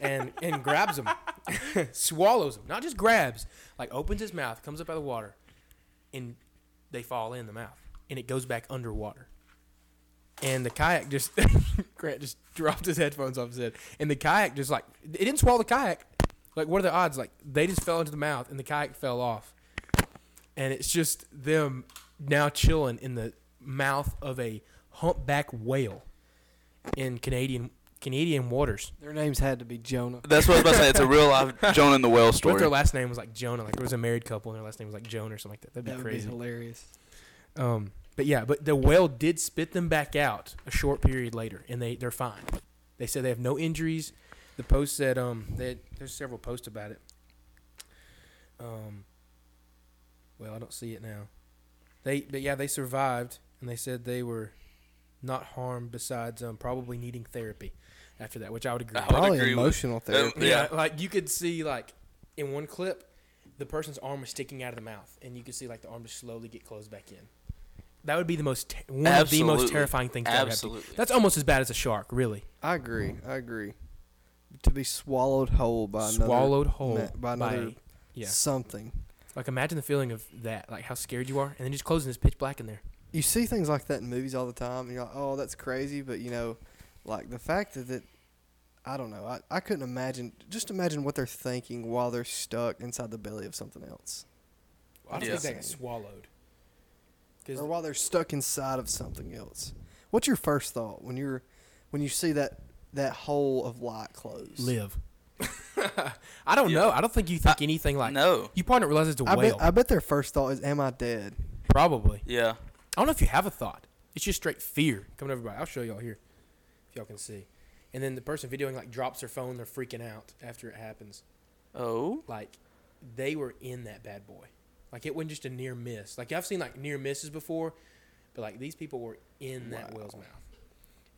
and, and grabs him, swallows him. Not just grabs, like opens his mouth, comes up out of the water, and they fall in the mouth. And it goes back underwater. And the kayak just, Grant just dropped his headphones off his head. And the kayak just like, it didn't swallow the kayak. Like, what are the odds? Like, they just fell into the mouth and the kayak fell off. And it's just them now chilling in the mouth of a humpback whale in Canadian Canadian waters. Their names had to be Jonah. That's what I was about to say. It's a real life Joan and the Whale What if story. their last name was like Jonah? Like there was a married couple and their last name was like Joan or something like that. That'd be That would crazy. be hilarious. um, but yeah, but the whale did spit them back out a short period later, and they they're fine. They said they have no injuries. The post said um they had, there's several posts about it. Um, well I don't see it now. They but yeah they survived and they said they were not harmed besides um probably needing therapy after that, which I would agree. I would Probably agree with- emotional therapy. Yeah. Yeah. like you could see like in one clip, the person's arm was sticking out of the mouth, and you could see like the arm just slowly get closed back in. That would be the most te- one of the Absolutely. most terrifying things. That would happen. Absolutely. That's almost as bad as a shark, really. I agree. Mm-hmm. I agree. To be swallowed whole by Swallowed whole another, ma- by another by- yeah. something. Like imagine the feeling of that, like how scared you are, and then just closing this pitch black in there. you see things like that in movies all the time and you're like oh that's crazy but you know like the fact that it, i don't know I, I couldn't imagine just imagine what they're thinking while they're stuck inside the belly of something else I Yeah. think they got swallowed. or 'Cause while they're stuck inside of something else what's your first thought when you're when you see that that hole of light closed live. I don't know. I don't think you think anything like. no. You probably don't realize it's a I whale. bet, I bet their first thought is am i dead probably. Yeah. I don't know if you have a thought. It's just straight fear coming over by. I'll show y'all here if y'all can see. And then the person videoing like drops their phone. They're freaking out after it happens. Oh. Like they were in that bad boy. Like it wasn't just a near miss. Like I've seen like near misses before, but like these people were in that whale's mouth.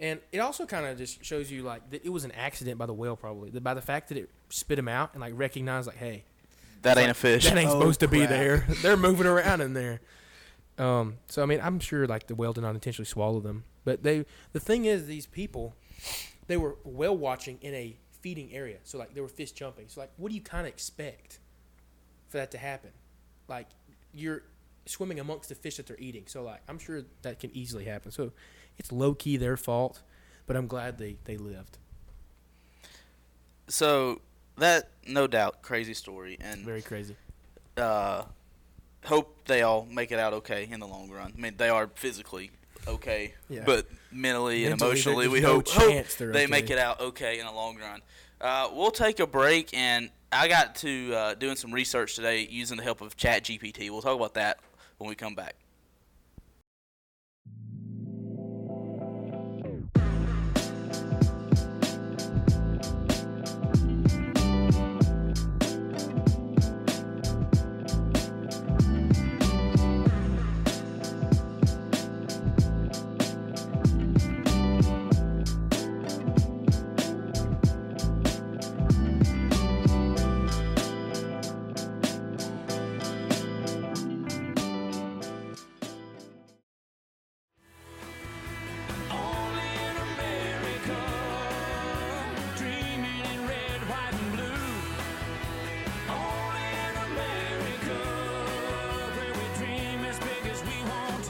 And it also kind of just shows you like that it was an accident by the whale probably. That By the fact that it spit him out and like recognized like, hey, That ain't a fish. that ain't Oh, supposed to be crap. there. They're moving around in there. Um, so I mean, I'm sure like the whale did not intentionally swallow them, but they. The thing is, these people, they were whale watching in a feeding area, so like they were fish jumping. So like, what do you kind of expect for that to happen? Like you're swimming amongst the fish that they're eating, so like I'm sure that can easily happen. So it's low key their fault, but I'm glad they they lived. So that no doubt crazy story and Very crazy. uh, hope they all make it out okay in the long run. I mean, they are physically okay, Yeah. but mentally and Mentally, there- emotionally, there's we no hope, chance hope they're they okay. make it out okay in the long run. Uh, we'll take a break, and I got to uh, doing some research today using the help of ChatGPT. We'll talk about that when we come back.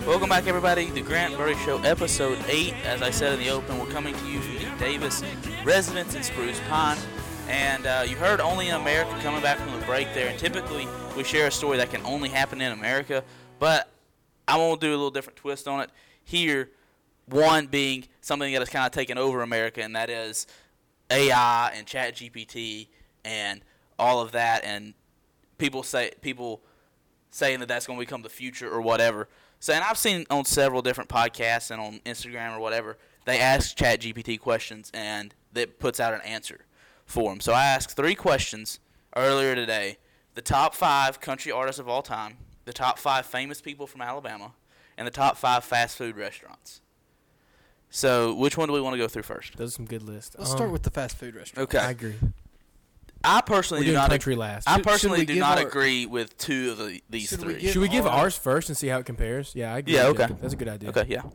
Welcome back, everybody. The Grant Murray Show, Episode 8. As I said in the open, we're coming to you from the Davis residence in Spruce Pine. And uh, you heard Only in America coming back from the break there. And typically, we share a story that can only happen in America. But I want to do a little different twist on it here. One being something that has kind of taken over America, and that is AI and Chat GPT and all of that. And people say, people saying that that's going to become the future or whatever. So, and I've seen on several different podcasts and on Instagram or whatever, they ask ChatGPT questions and it puts out an answer for them. So I asked three questions earlier today: the top five country artists of all time, the top five famous people from Alabama, and the top five fast food restaurants. So, which one do we want to go through first? Those are some good lists. Let's Um, start with the fast food restaurant. Okay, I I, agree. We're personally do doing not. country last. I Should- should personally we do give not our- agree with two of the, these Should we three. give- Should we give Alright. ours first and see how it compares? Yeah, I agree. Yeah, with okay. Jacob. That's a good idea. okay, yeah. All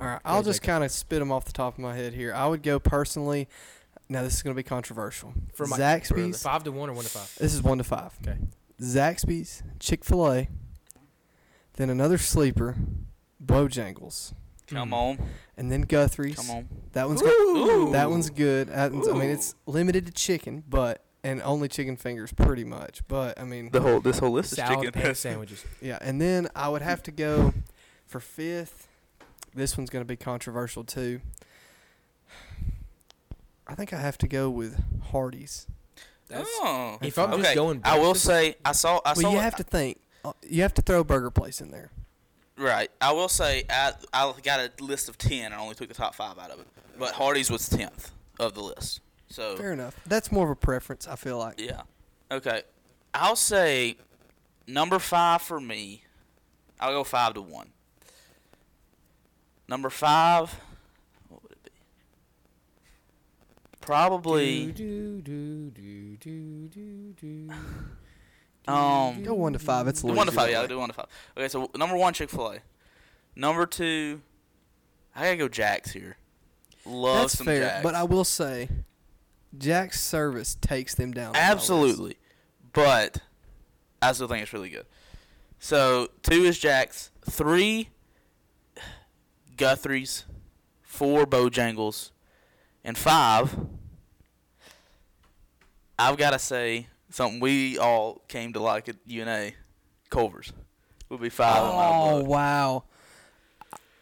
right, I'll Okay, just kind of spit them off the top of my head here. I would go personally. Now this is going to be controversial. For my- Zaxby's. Five to one or one to five? This is one to five. Okay. Zaxby's, Chick Fil A, then another sleeper, Bojangles, Come Hmm. Mm. on, and then Guthrie's. come on. That one's got, Ooh. that one's good. I, I mean, Ooh. it's limited to chicken, but and only chicken fingers, pretty much. But I mean, The whole this whole list Salad is chicken. and sandwiches. yeah. And then I would have to go for fifth. This one's going to be controversial too. I think I have to go with Hardee's. oh. If I'm okay. just going, I will breakfast- say I saw I saw well, you have to think. uh, You have to throw Burger Place in there. right. I will say I I got a list of ten and only took the top five out of it. But Hardy's was tenth of the list. So Fair enough. That's more of a preference. I feel like. yeah. Okay. I'll say number five for me. I'll go five to one. Number five. What would it be? Probably. Do, do, do, do, do, do. Um. Go one to five. It's Do one to loser. five. Yeah, I'll do one to five. Okay, so number one, Chick Fil A. Number two, I gotta go Jack's here. Love That's some fair. Jack's. But I will say, Jack's service takes them down. on my list. absolutely. But I still think it's really good. So two is Jack's. Three, Guthrie's. Four, Bojangles, and five. I've gotta say something we all came to like at UNA. Culver's would be five. in my Oh book. wow!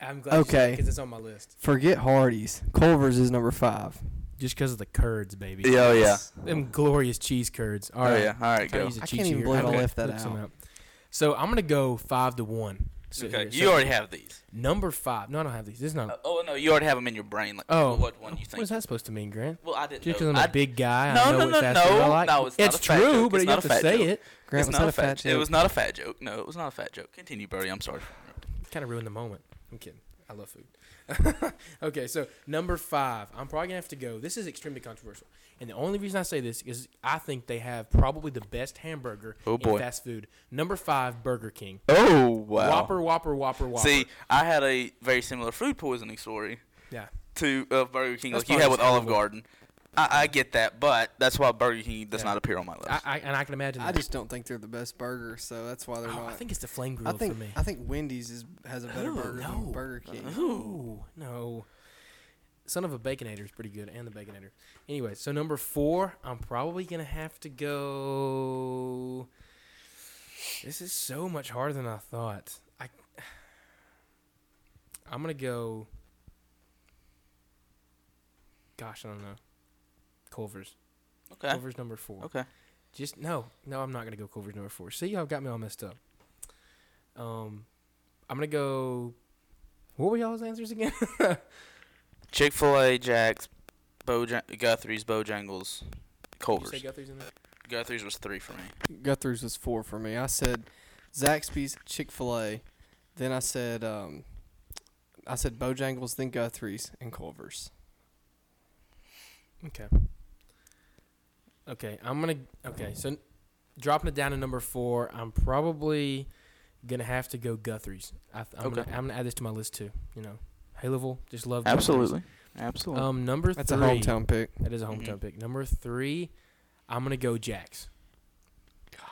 I'm glad Okay. because it's on my list. Forget Hardee's. Culver's is number five. Just because of the curds, baby. Yeah, oh, yeah. Them glorious cheese curds. All oh right. yeah. All right, Try go. to use a I cheat can't even sheet believe here. I Okay, left that look some out. So I'm gonna go five to one. So Okay, here. you So already have these. number five. No, I don't have these. This is not. Uh, oh no, you already have them in your brain. Like, oh, Uh, what one you What think? is that supposed to mean, Grant? Well, I didn't. Just know. because I'm I- a big guy, No, I know no, what no, fast no, food I like. no, it's not a fat true, joke. but It's you not have a to fat say joke. it. Grant, it's was not that a fat. joke? It was not a fat joke. No, it was not a fat joke. Continue, Brody. I'm sorry. Kind of ruined the moment. I'm kidding. I love food. okay, so number five, I'm probably gonna have to go. This is extremely controversial, and the only reason I say this is I think they have probably the best hamburger Oh, boy. in fast food. Number five, Burger King. Oh wow. Whopper, Whopper, Whopper, Whopper. See, I had a very similar food poisoning story yeah, to uh, Burger King, That's like you had probably with just Olive horrible. Garden. I, I get that, but that's why Burger King does Yeah. not appear on my list. I, I, and I can imagine. I that. just don't think they're the best burger, so that's why they're Oh, not. I think it's the flame I grill think for me. I think Wendy's is, has a better Ooh, burger no. Uh-huh. than Burger King. Ooh, no. Son of a Baconator is pretty good, and the Baconator. Anyway, so number four, I'm probably gonna have to go. This is so much harder than I thought. I I'm gonna go. Gosh, I don't know. Culver's. Okay. Culver's number four. Ah. Okay. Just no, no, I'm not gonna go Culver's number four. See, y'all got me all messed up. Um, I'm gonna go. What were y'all's answers again? Chick Fil A, Jack's, Bojang- Guthrie's, Bojangles, Culver's. You say Guthrie's in there? Guthrie's was three for me. Guthrie's was four for me. I said Zaxby's, Chick Fil A, then I said um, I said Bojangles, then Guthrie's and Culver's. Okay. Okay, I'm gonna. Okay, so dropping it down to number four, I'm probably gonna have to go Guthrie's. I, I'm, Okay. gonna, I'm gonna add this to my list too. You know, Haleville, just love. Guthrie's. Absolutely. Absolutely. Um, number That's three. a hometown pick. That is a hometown Mhm. pick. Number three, I'm gonna go Jack's.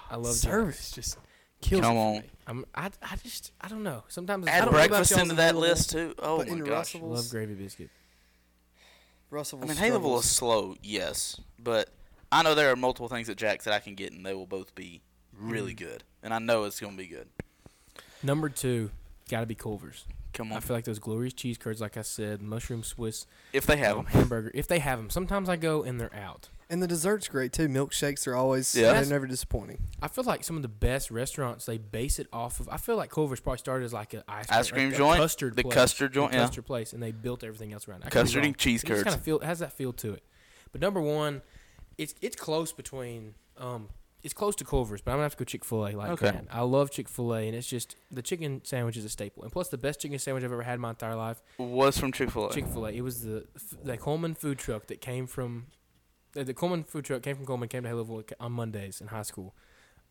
I love service. Just kills. Come it for on. me. I'm, I, I just I don't know. Sometimes I Add don't know about breakfast y'all's into that Haleville. list too. Oh But my in gosh. Russellville- Love gravy biscuit. Russell. I mean, Haleville is slow, yes, but I know there are multiple things at Jack's that I can get, and they will both be really Mm. good. And I know it's gonna be good. Number two, gotta be Culver's. Come I on, feel like those glorious cheese curds, like I said, mushroom Swiss if they have um, them. hamburger. If they have them, sometimes I go and they're out. And the dessert's great too. Milkshakes are always Yeah. they're never disappointing. I feel like some of the best restaurants they base it off of. I feel like Culver's probably started as like an ice, Ice cream, cream a- a joint, custard, the place, custard a joint, yeah. custard place, and they built everything else around. it. I could be Custard wrong. and cheese It just curds. kind of feel it has that feel to it. But number one, it's it's close between um it's close to Culver's, but I'm gonna have to go Chick Fil A. Like Okay. man, I love Chick Fil A, and it's just the chicken sandwich is a staple, and plus the best chicken sandwich I've ever had in my entire life. Was from Chick Fil A. Chick Fil A. It was the f- the Coleman food truck that came from uh, the, the Coleman food truck came from Coleman came to Haleville on Mondays in high school.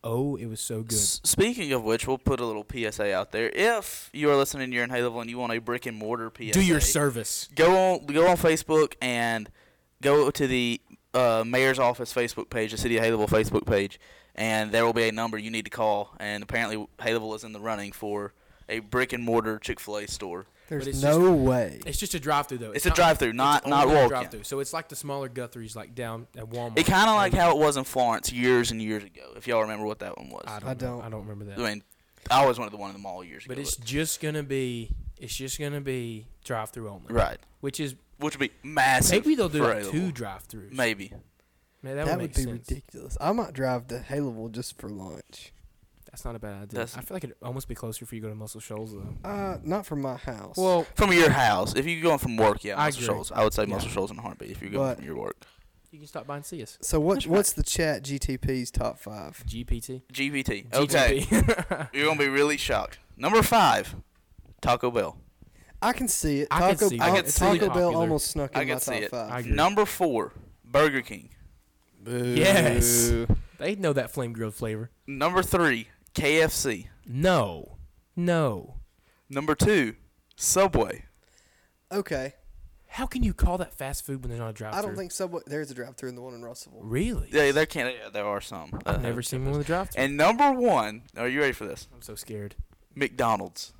Oh, it was so good. S- Speaking of which, we'll put a little PSA out there. If you are listening, you're in Haleville, and you want a brick and mortar PSA, Do your service. go on go on Facebook and go to the uh, mayor's office Facebook page, the city of Haleville Facebook page, and there will be a number you need to call. And apparently, Haleville is in the running for a brick and mortar Chick Fil A store. it's There's no way. It's just a drive through though. It's a drive-thru, not- not walk-in. drive through. So it's like the smaller Guthrie's, like down at Walmart. It kind of like how it was in Florence years and years ago. If y'all remember what that one was, I I, don't. I know. don't. I don't remember that. mean, I always wanted the one in the mall years but ago. it's just gonna be. It's just gonna be drive through only. right, Which is which would be massive. maybe they'll do for like Haleville. two drive throughs. Maybe that, That, would, would, make be sense. ridiculous. I might drive to Haleville just for lunch. That's not a bad idea. That's- I feel like it'd almost be closer for you to go to Muscle Shoals though. Uh, not from my house. Well, from your house. If you're going from work, yeah, I Muscle agree. Shoals. I would say Yeah. Muscle Shoals and Heartbeat. If you're going But- from your work, you can stop by and see us. so what? What's the chat GTP's top five? GPT. GPT. Okay, GTP. You're gonna be really shocked. Number five, Taco Bell. I can see it. I Taco can see it. I Bell, can see Taco it. Bell Popular. almost snuck in I my can top see it. I five. agree. Number four, Burger King. Yes. they know that flame grilled flavor. Number three, KFC. No. No. Number two, Subway. Okay. How can you call that fast food when there's not a drive I don't think Subway. There's a drive-through in the one in Russellville. Really? Yeah, there can yeah, there are some. I've Uh, never seen one with a drive through. And number one, are you ready for this? I'm so scared. McDonald's.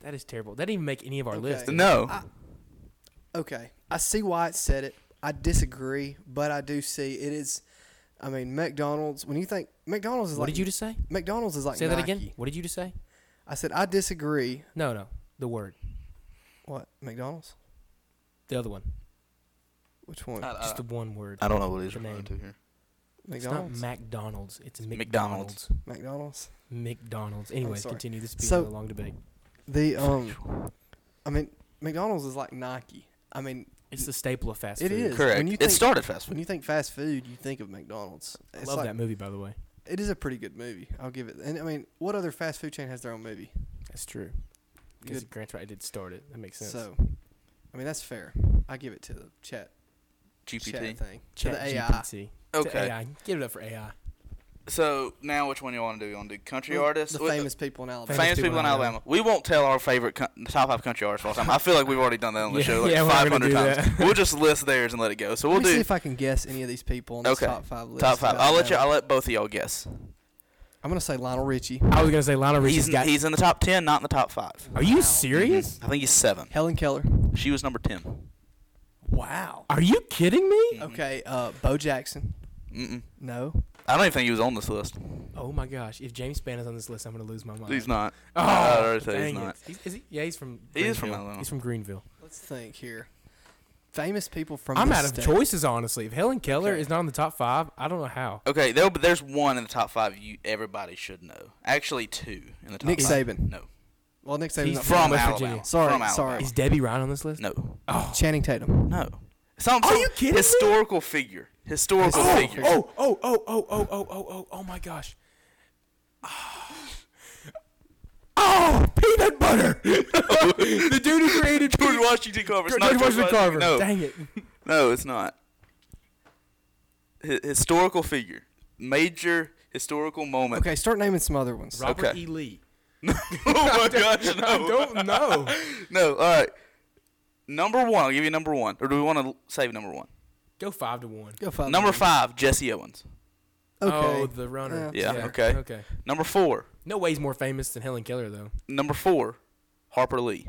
That is terrible. That didn't even make any of our Okay. list. No, I- Okay, I see why it said it. I disagree, but I do see it is. I mean, McDonald's. When you think McDonald's is What like did you just say? McDonald's is like say that Nike. again. What did you just say? I said I disagree. No, no. The word. What McDonald's? The other one. Which one? I, I- Just the one word. I don't know what it is the referring name. to here. It's not McDonald's. McDonald's. It's McDonald's. McDonald's. McDonald's. McDonald's. Anyways, sorry. continue. This is So- a long debate. The um, I mean McDonald's is like Nike. I mean, It's the staple of fast It food. is. When Correct. you it think- started fast when food. you think fast food, you think of McDonald's. I It's love like- that movie, by the way. It is a pretty good movie. I'll give it. And I mean, what other fast food chain has their own movie? That's true. Because Good. Grant's right. I did start it. That makes sense. So, I mean, that's fair. I give it to the chat, chat GPT. thing. Chat to the AI. GPT. To Okay. AI. Give it up for AI. So now, which one you want to do? You want to do country artists? The What- famous people in Alabama. Famous, people, in Alabama. We won't tell our favorite co- top five country artists of all time. I feel like we've already done that on the Yeah, show like yeah, we're not gonna 500 do times. that. we'll just list theirs and let it go. So we'll Let me see do if I can guess any of these people on this Okay. top five list. top five. in I'll let you. Alabama. I'll let both of y'all guess. I'm gonna say Lionel Richie, I was gonna say Lionel He's Richie's got. he's in the top ten, not in the top five. are you Wow. serious? I think he's seven. Helen Keller. She was number ten. Wow. Are you kidding me? Mhm. Okay, uh, Bo Jackson. Mm-mm. No. I don't even think he was on this list. Oh my gosh! If James Spann is on this list, I'm gonna lose my mind. He's not. Oh, I already said he's dang not. it. He's- is he? Yeah, he's from. He is from Greenville. Alabama. He's from Greenville. Let's think here. Famous people from. I'm this out of state. choices, honestly. If Helen Keller Okay. is not in the top five, I don't know how. Okay, there, but there's one in the top five you everybody should know. Actually, two in the top Nick five. Saban. No. Well, Nick Saban's He's not from From West Alabama. Virginia. Sorry, From Alabama. sorry. Is Debbie Ryan on this list? No. Channing Tatum. No. Some, Are some you kidding me? Historical figure. Historical Oh, figure. oh, oh, oh, oh, oh, oh, oh, oh, oh my gosh. Oh, peanut butter. the dude who created George peanut Washington Carver. It's George not Washington Carver. No. Dang it. No, it's not. Hi historical figure. Major historical moment. Okay, start naming some other ones. Robert Okay. E. Lee. oh my gosh, I no. don't know. No, all right. Number one, I'll give you number one. Or do we want to save number one? Go five to one. Go five. Number five, Jesse Owens. Okay. Oh, the runner. Yeah, okay. Okay. Number four, No way he's more famous than Helen Keller though. number four, Harper Lee.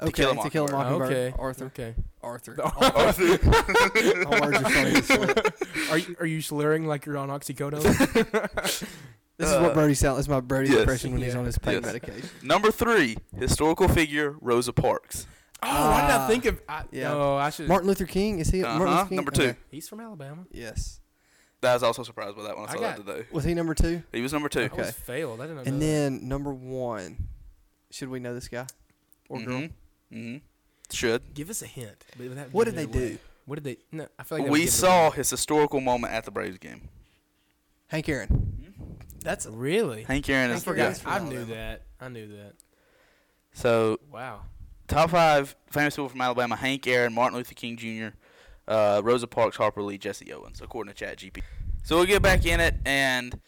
okay. Kill a Kill a Mockingbird. Oh, Okay. Arthur. Okay. Arthur. How hard you find this one? Are you, are you slurring like you're on oxycodone? Oh, This is what Brody sounds. This is my Brody Uh, yes. impression when he's Yeah. on his pain Yes. medication. Number three, historical figure Rosa Parks. oh, why did I think of? I, Ah, yeah. No, I should. Martin Luther King is he? Martin Uh-huh. Luther King? Number two. Okay. He's from Alabama. Yes. That was also surprised by that when I I saw that got- today. Was he number two? He was number two. I was Okay. failed. I didn't know. And that. then number one. Should we know this guy or girl? Mm-hmm. hmm Should. give us a hint. but without What did giving they it away. do? What did they? No, I feel like that would we give it saw away. his historical moment at the Braves game. Hank Aaron. That's Really? Hank Aaron I is forgot. yeah. from I knew Alabama. that. I knew that. So Wow. top five famous people from Alabama: Hank Aaron, Martin Luther King Jr., uh, Rosa Parks, Harper Lee, Jesse Owens, according to ChatGPT. So we'll get back in it and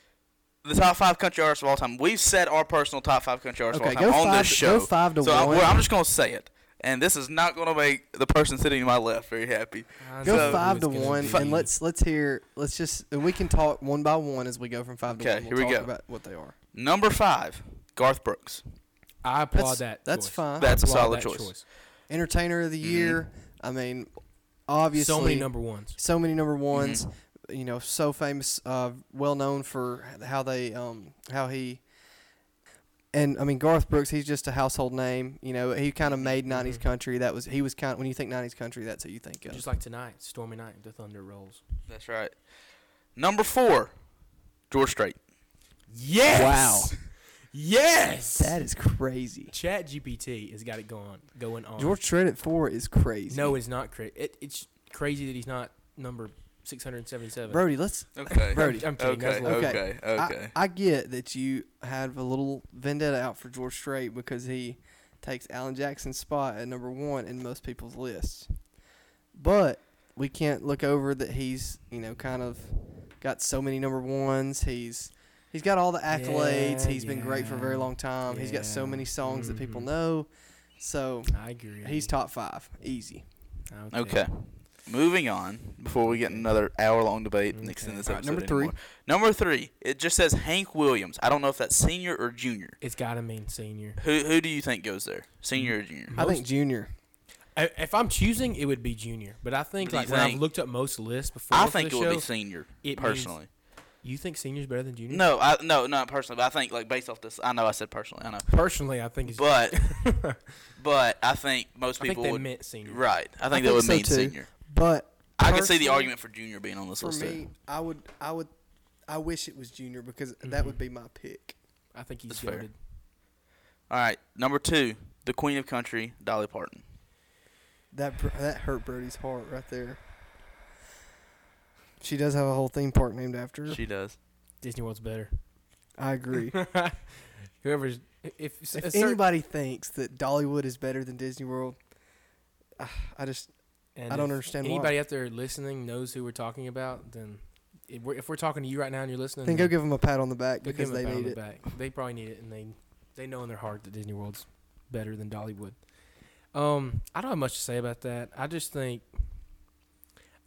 the top five country artists of all time. We've set our personal top five country artists Okay, of all time go on five- this show. go five to so I'm, one. well, I'm just gonna say it, and this is not gonna make the person sitting to my left very happy. I go knew it five was to gonna one, be- and let's let's hear. Let's just and we can talk one by one as we go from five Okay, to one. We'll here we talk go. about what they are. Number five, Garth Brooks. I That's applaud that. that's choice. fine. That's a solid Applaud that choice. Entertainer of the Mm-hmm. year. I mean, obviously, So many number ones. so many Mm-hmm. number ones. You know, so famous, uh, well known for how they, um, how he, and I mean Garth Brooks. He's just a household name. You know, he kind of made Mm-hmm. '90s country. That was he was kind. when you think '90s country, that's who you think of. Just like tonight, stormy night, the thunder rolls. That's right. Number four, George Strait. Yes. Wow. Yes. that is crazy. Chat GPT has got it going going on. George Strait at four is crazy. no, it's not crazy. It, it's crazy that he's not number six hundred seventy-seven. Brody, let's Okay. Brody. I'm kidding. Okay. That's Okay. low. Okay. I- I, get that you have a little vendetta out for George Strait because he takes Alan Jackson's spot at number one in most people's lists. But we can't look over that he's, you know, kind of got so many number ones. He's he's got all the accolades. Yeah, He's been great for a very yeah, long time. He's got so yeah. many songs that people Mhm. Mm-hmm. know. So I agree. he's top five. Easy. Okay. Moving on before we get another hour long debate and extend Okay. this All right, episode. number three. anymore. Number three. It just says Hank Williams. I don't know if that's senior or junior. It's got to mean senior. Who who do you think goes there? Senior or junior? I think Junior. I, if I'm choosing, it would be junior. But I think What do you like when I've think? looked up most lists before, I for think it the would show, be senior. it means- personally. You think senior's better than junior? No, I no, not personally, but I think like based off this I know I said personally, I know. Personally, I think it's. But I but I think most think people they would meant senior. Right. I think that think would so, mean too. senior. But I can see the personally- argument for junior being on this for list me, too. I would, I would, I wish it was Junior because that would be my pick. I think he's That's fair. goaded. All right. Number two, the Queen of Country, Dolly Parton. That br- that hurt Brody's heart right there. She does have a whole theme park named after her. She does. Disney World's better. I agree. Whoever's if, if if anybody thinks that Dollywood is better than Disney World, ah, I just and I don't if understand why. Anybody out there listening knows who we're talking about. Then if we're, if we're talking to you right now and you're listening, then Mm-hmm. go give them a pat on the back go give because them a they pat on need the it. Back. They probably need it, and they they know in their heart that Disney World's better than Dollywood. Um, I don't have much to say about that. I just think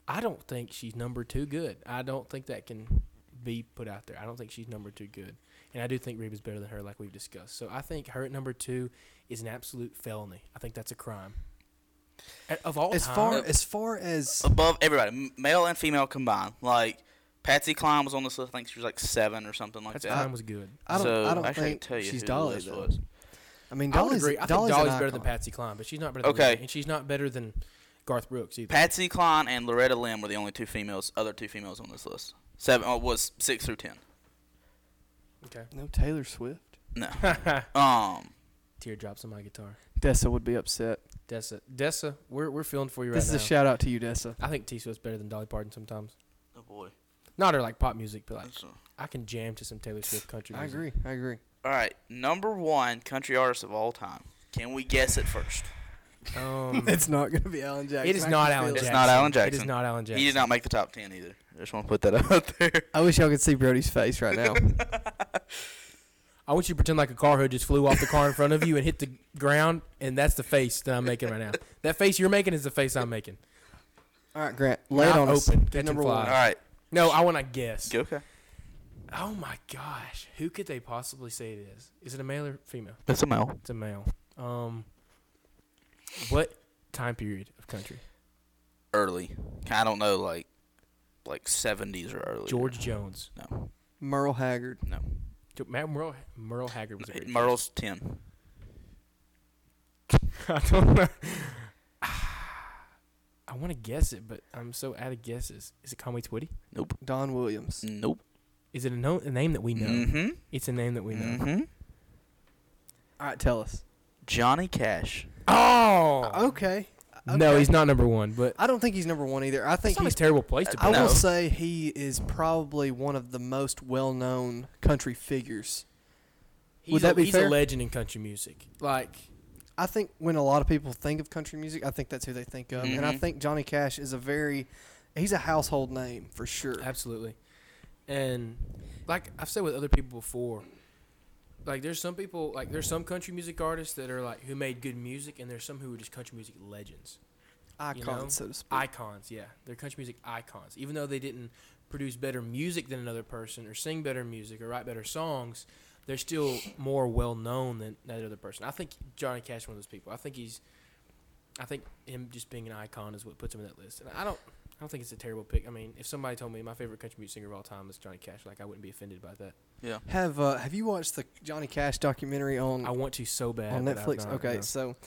I don't think she's number two good. I don't think that can be put out there. I don't think she's number two good, and I do think Reba's better than her, like we've discussed. So I think her at number two is an absolute felony. I think that's a crime. A- Of all As time, Oh, far as far as above everybody, m- male and female combined. Like Patsy Cline was on this list. I think she was like seven or something like That's that. was good. I don't. so I don't actually, think can tell you she's who Dolly this though. was. I mean, I would Dolly's, agree. I Dolly's, think an Dolly's better than icon. Patsy Cline, but she's not better. Than Okay. Whitney, and she's not better than Garth Brooks either. Patsy Cline and Loretta Lynn were the only two females, other two females on this list. Seven oh, was six through ten. No Taylor Swift. No. okay. Um. Teardrops on my guitar. Dessa would be upset. Dessa, Dessa, we're we're feeling for you right this is now. a shout out to you, Dessa. I think T Swift's better than Dolly Parton sometimes. Oh boy. Not her like pop music, but like That's a- I can jam to some Taylor Swift country. I Music. agree. I agree. All right. Number one country artist of all time. Can we guess it first? Um, It's not going to be Alan Jackson. it is I not can Alan feel it. It's Jackson. not Alan It Jackson. is not Alan Jackson. He did not make the top ten either. I just want to put that out there. I wish y'all could see Brody's face right now. I want you to pretend like a car hood just flew off the car in front of you and hit the ground, and that's the face that I'm making right now. That face you're making is the face I'm making. All right, Grant, lay it Not on us. open, Get catch and number fly. All one. right. No, I want to guess. Go. Okay. Oh my gosh, who could they possibly say it is? Is it a male or female? That's a male. It's a male. Um, what time period of country? Oh, Early. I don't know. Like, like seventies or earlier. George Jones. No. Merle Haggard. No. Jo- Matt Merle, Merle Haggard was a great. Merle's ten. I don't know. I want to guess it, but I'm so out of guesses. Is it Conway Twitty? Nope. Don Williams. Nope. Is it a, no- a name that we know? Mm-hmm. It's a name that we know. Mm-hmm. All right, tell us. Johnny Cash. Oh, Okay. no, Okay. he's not number one, but I don't think he's number one either. I that's think not a he's. terrible place to be. I No. will say he is probably one of the most well-known country figures. He's Would a- that be he's fair? a legend in country music. Like, I think when a lot of people think of country music, I think that's who they think of, and I Mhm. think Johnny Cash is a very. He's a household name for sure. absolutely. And like I've said with other people before, like there's some people like there's some country music artists that are like who made good music, and there's some who are just country music legends. Icon, you know, so to speak. icons yeah they're country music icons even though they didn't produce better music than another person or sing better music or write better songs they're still more well known than that other person i think johnny cash is one of those people i think he's i think him just being an icon is what puts him in that list and i don't i don't think it's a terrible pick i mean if somebody told me my favorite country music singer of all time is johnny cash like i wouldn't be offended by that Have uh, Have you watched the Johnny Cash documentary on i want to so bad on but I've Netflix? not, okay, no. so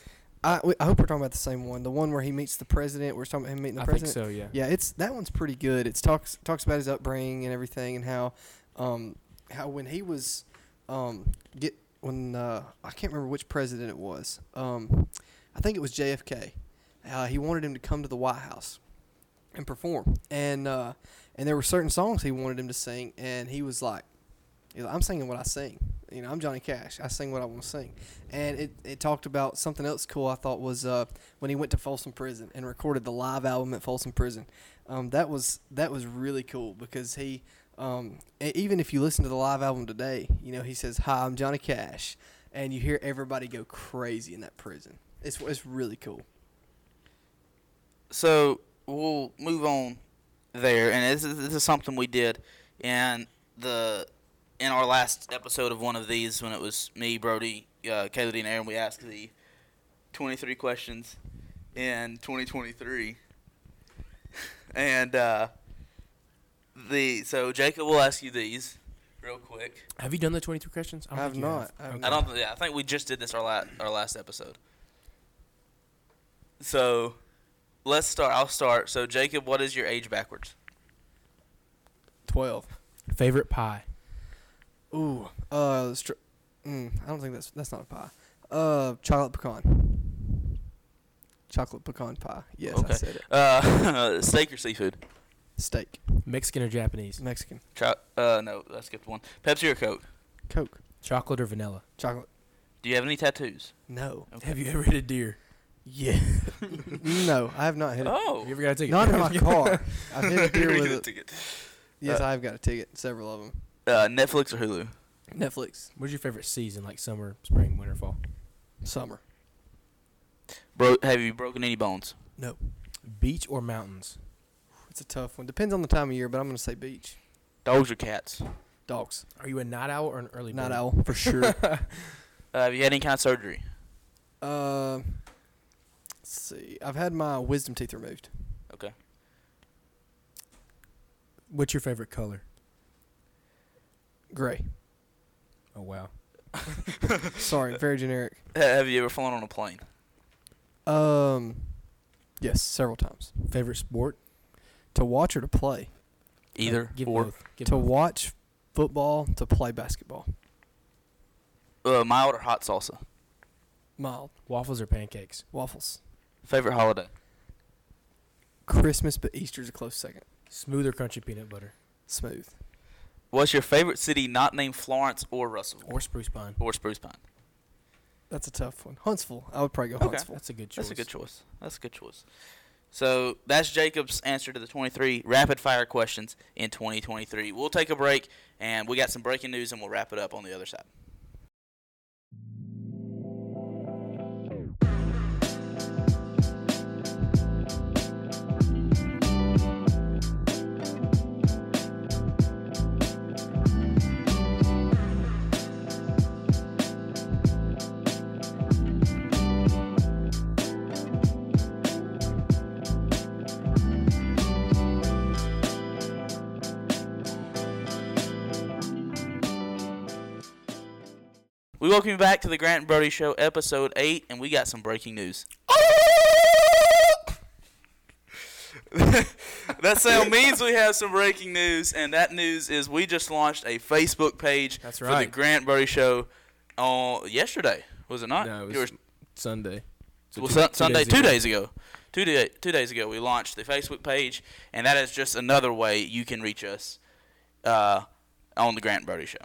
I, we- I hope we're talking about the same one. The one where he meets the president. We're talking about him meeting the i think president. so yeah Yeah, it's that one's pretty good. It talks talks about his upbringing and everything, and how um, how when he was um, get when uh, I can't remember which president it was. Um, I think it was JFK. Uh, he wanted him to come to the White House and perform, and uh, and there were certain songs he wanted him to sing, and he was like, he's like, "I'm singing what I sing." You know, I'm Johnny Cash. I sing what I want to sing. And it, it talked about something else cool I thought was uh, when he went to Folsom Prison and recorded the live album at Folsom Prison. Um, that was that was really cool because he um, e- even if you listen to the live album today, you know he says, "Hi, I'm Johnny Cash," and you hear everybody go crazy in that prison. It's it's really cool. So we'll move on there, and this is, this is something we did in the in our last episode of one of these when it was me, Brody, uh, Kaylee, and Aaron. We asked the twenty three questions in twenty twenty three, and uh, the so Jacob will ask you these real quick. have you done the 22 questions don't I have think you not. I have Okay. I don't. Yeah, I think we just did this our last our last episode. So, let's start. I'll start. So, Jacob, what is your age backwards? Twelve. favorite pie Ooh. Uh. Str- mm, I don't think that's that's not a pie. Uh. Chocolate pecan. Chocolate pecan pie. Yes, I Okay. said it. Uh, steak or seafood? Steak. mexican or japanese Mexican. Try, uh, no, I skipped one. Pepsi or Coke? Coke. chocolate or vanilla Chocolate. Do you have any tattoos? No. have you ever hit a deer Yeah. no, I have not hit it. Oh, Have you ever got a ticket? Not in my car. I've hit a deer You're with good it. to get- Yes, Uh, I've got a ticket. Several of them. Uh, Netflix or Hulu? Netflix. What's your favorite season? Like summer, spring, winter, fall? Summer. Bro, have you broken any bones? Beach or mountains? It's a tough one. Depends on the time of year, but I'm going to say beach. Dogs or cats? Dogs. Are you a night owl or an early Night bird? owl for sure. Uh, have you had any kind of surgery? uh, let's see. I've had my wisdom teeth removed. Okay. What's your favorite color? Gray. Oh wow. Sorry, very generic. Have you ever flown on a plane? Um, yes, several times Favorite sport? to watch or to play. Either Give or. both. Give To both. watch football, to play basketball. Uh, mild or hot salsa. Mild waffles or pancakes? waffles. Favorite holiday. Christmas, but Easter's a close second. Smooth or crunchy peanut butter? Smooth. What's your favorite city not named Florence or Russellville Or spruce pine? or Spruce Pine? That's a tough one. Huntsville. I would probably go Okay. Huntsville. That's a good choice. That's a good choice. That's a good choice. So that's Jacob's answer to the 23 rapid fire questions in 2023. We'll take a break and we got some breaking news and we'll wrap it up on the other side. We welcome you back to the Grant and Brody Show, episode 8, and we got some breaking news. that sound means we have some breaking news, and that news is we just launched a Facebook page That's for the right. Grant Brody Show on yesterday, was it not? No, it was Yours- Sunday. So well, two- Sun- two Sunday, two ago. days ago. Two, day, two days ago, we launched the Facebook page, and that is just another way you can reach us uh, on the Grant Brody Show.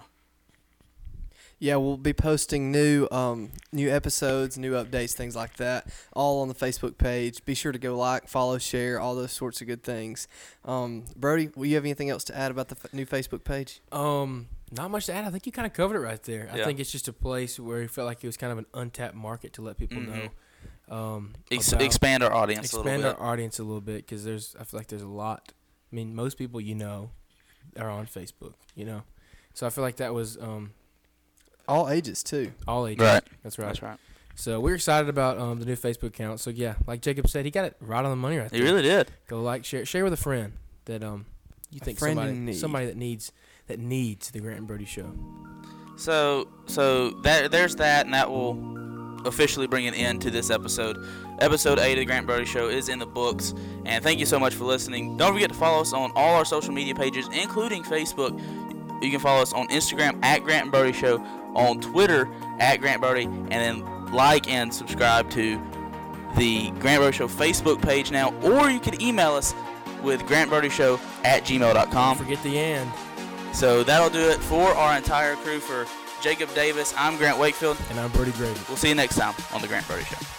Yeah, we'll be posting new um, new episodes, new updates, things like that, all on the Facebook page. Be sure to go like, follow, share, all those sorts of good things. Um, Brody, will you have anything else to add about the f- new Facebook page? Um, not much to add. I think you kind of covered it right there. I Yeah. think it's just a place where it felt like it was kind of an untapped market to let people Mhm. know. Um, Ex- about- expand our audience a expand little bit. our audience a little bit because there's I feel like there's a lot. I mean, most people you know are on Facebook, you know, so I feel like that was um All ages too. all ages. Right. That's right. That's right. So we're excited about um the new Facebook account. So yeah, like Jacob said, he got it right on the money right He there. really did. Go like share share with a friend that um you A think friend somebody in need. somebody that needs that needs the Grant and Brody show. So so that there's that, and that will officially bring an end to this episode. Episode eight of the Grant Brody Show is in the books, and thank you so much for listening. Don't forget to follow us on all our social media pages, including Facebook. You can follow us on Instagram at Grant and Brody Show, on Twitter at Grant Brody, and then like and subscribe to the Grant Brody Show Facebook page now, or you can email us with grantbrodyshow at Don't gmail.com. forget the and So that'll do it for our entire crew. For Jacob Davis, I'm Grant Wakefield. and I'm Brody Graves. We'll see you next time on The Grant Brody Show.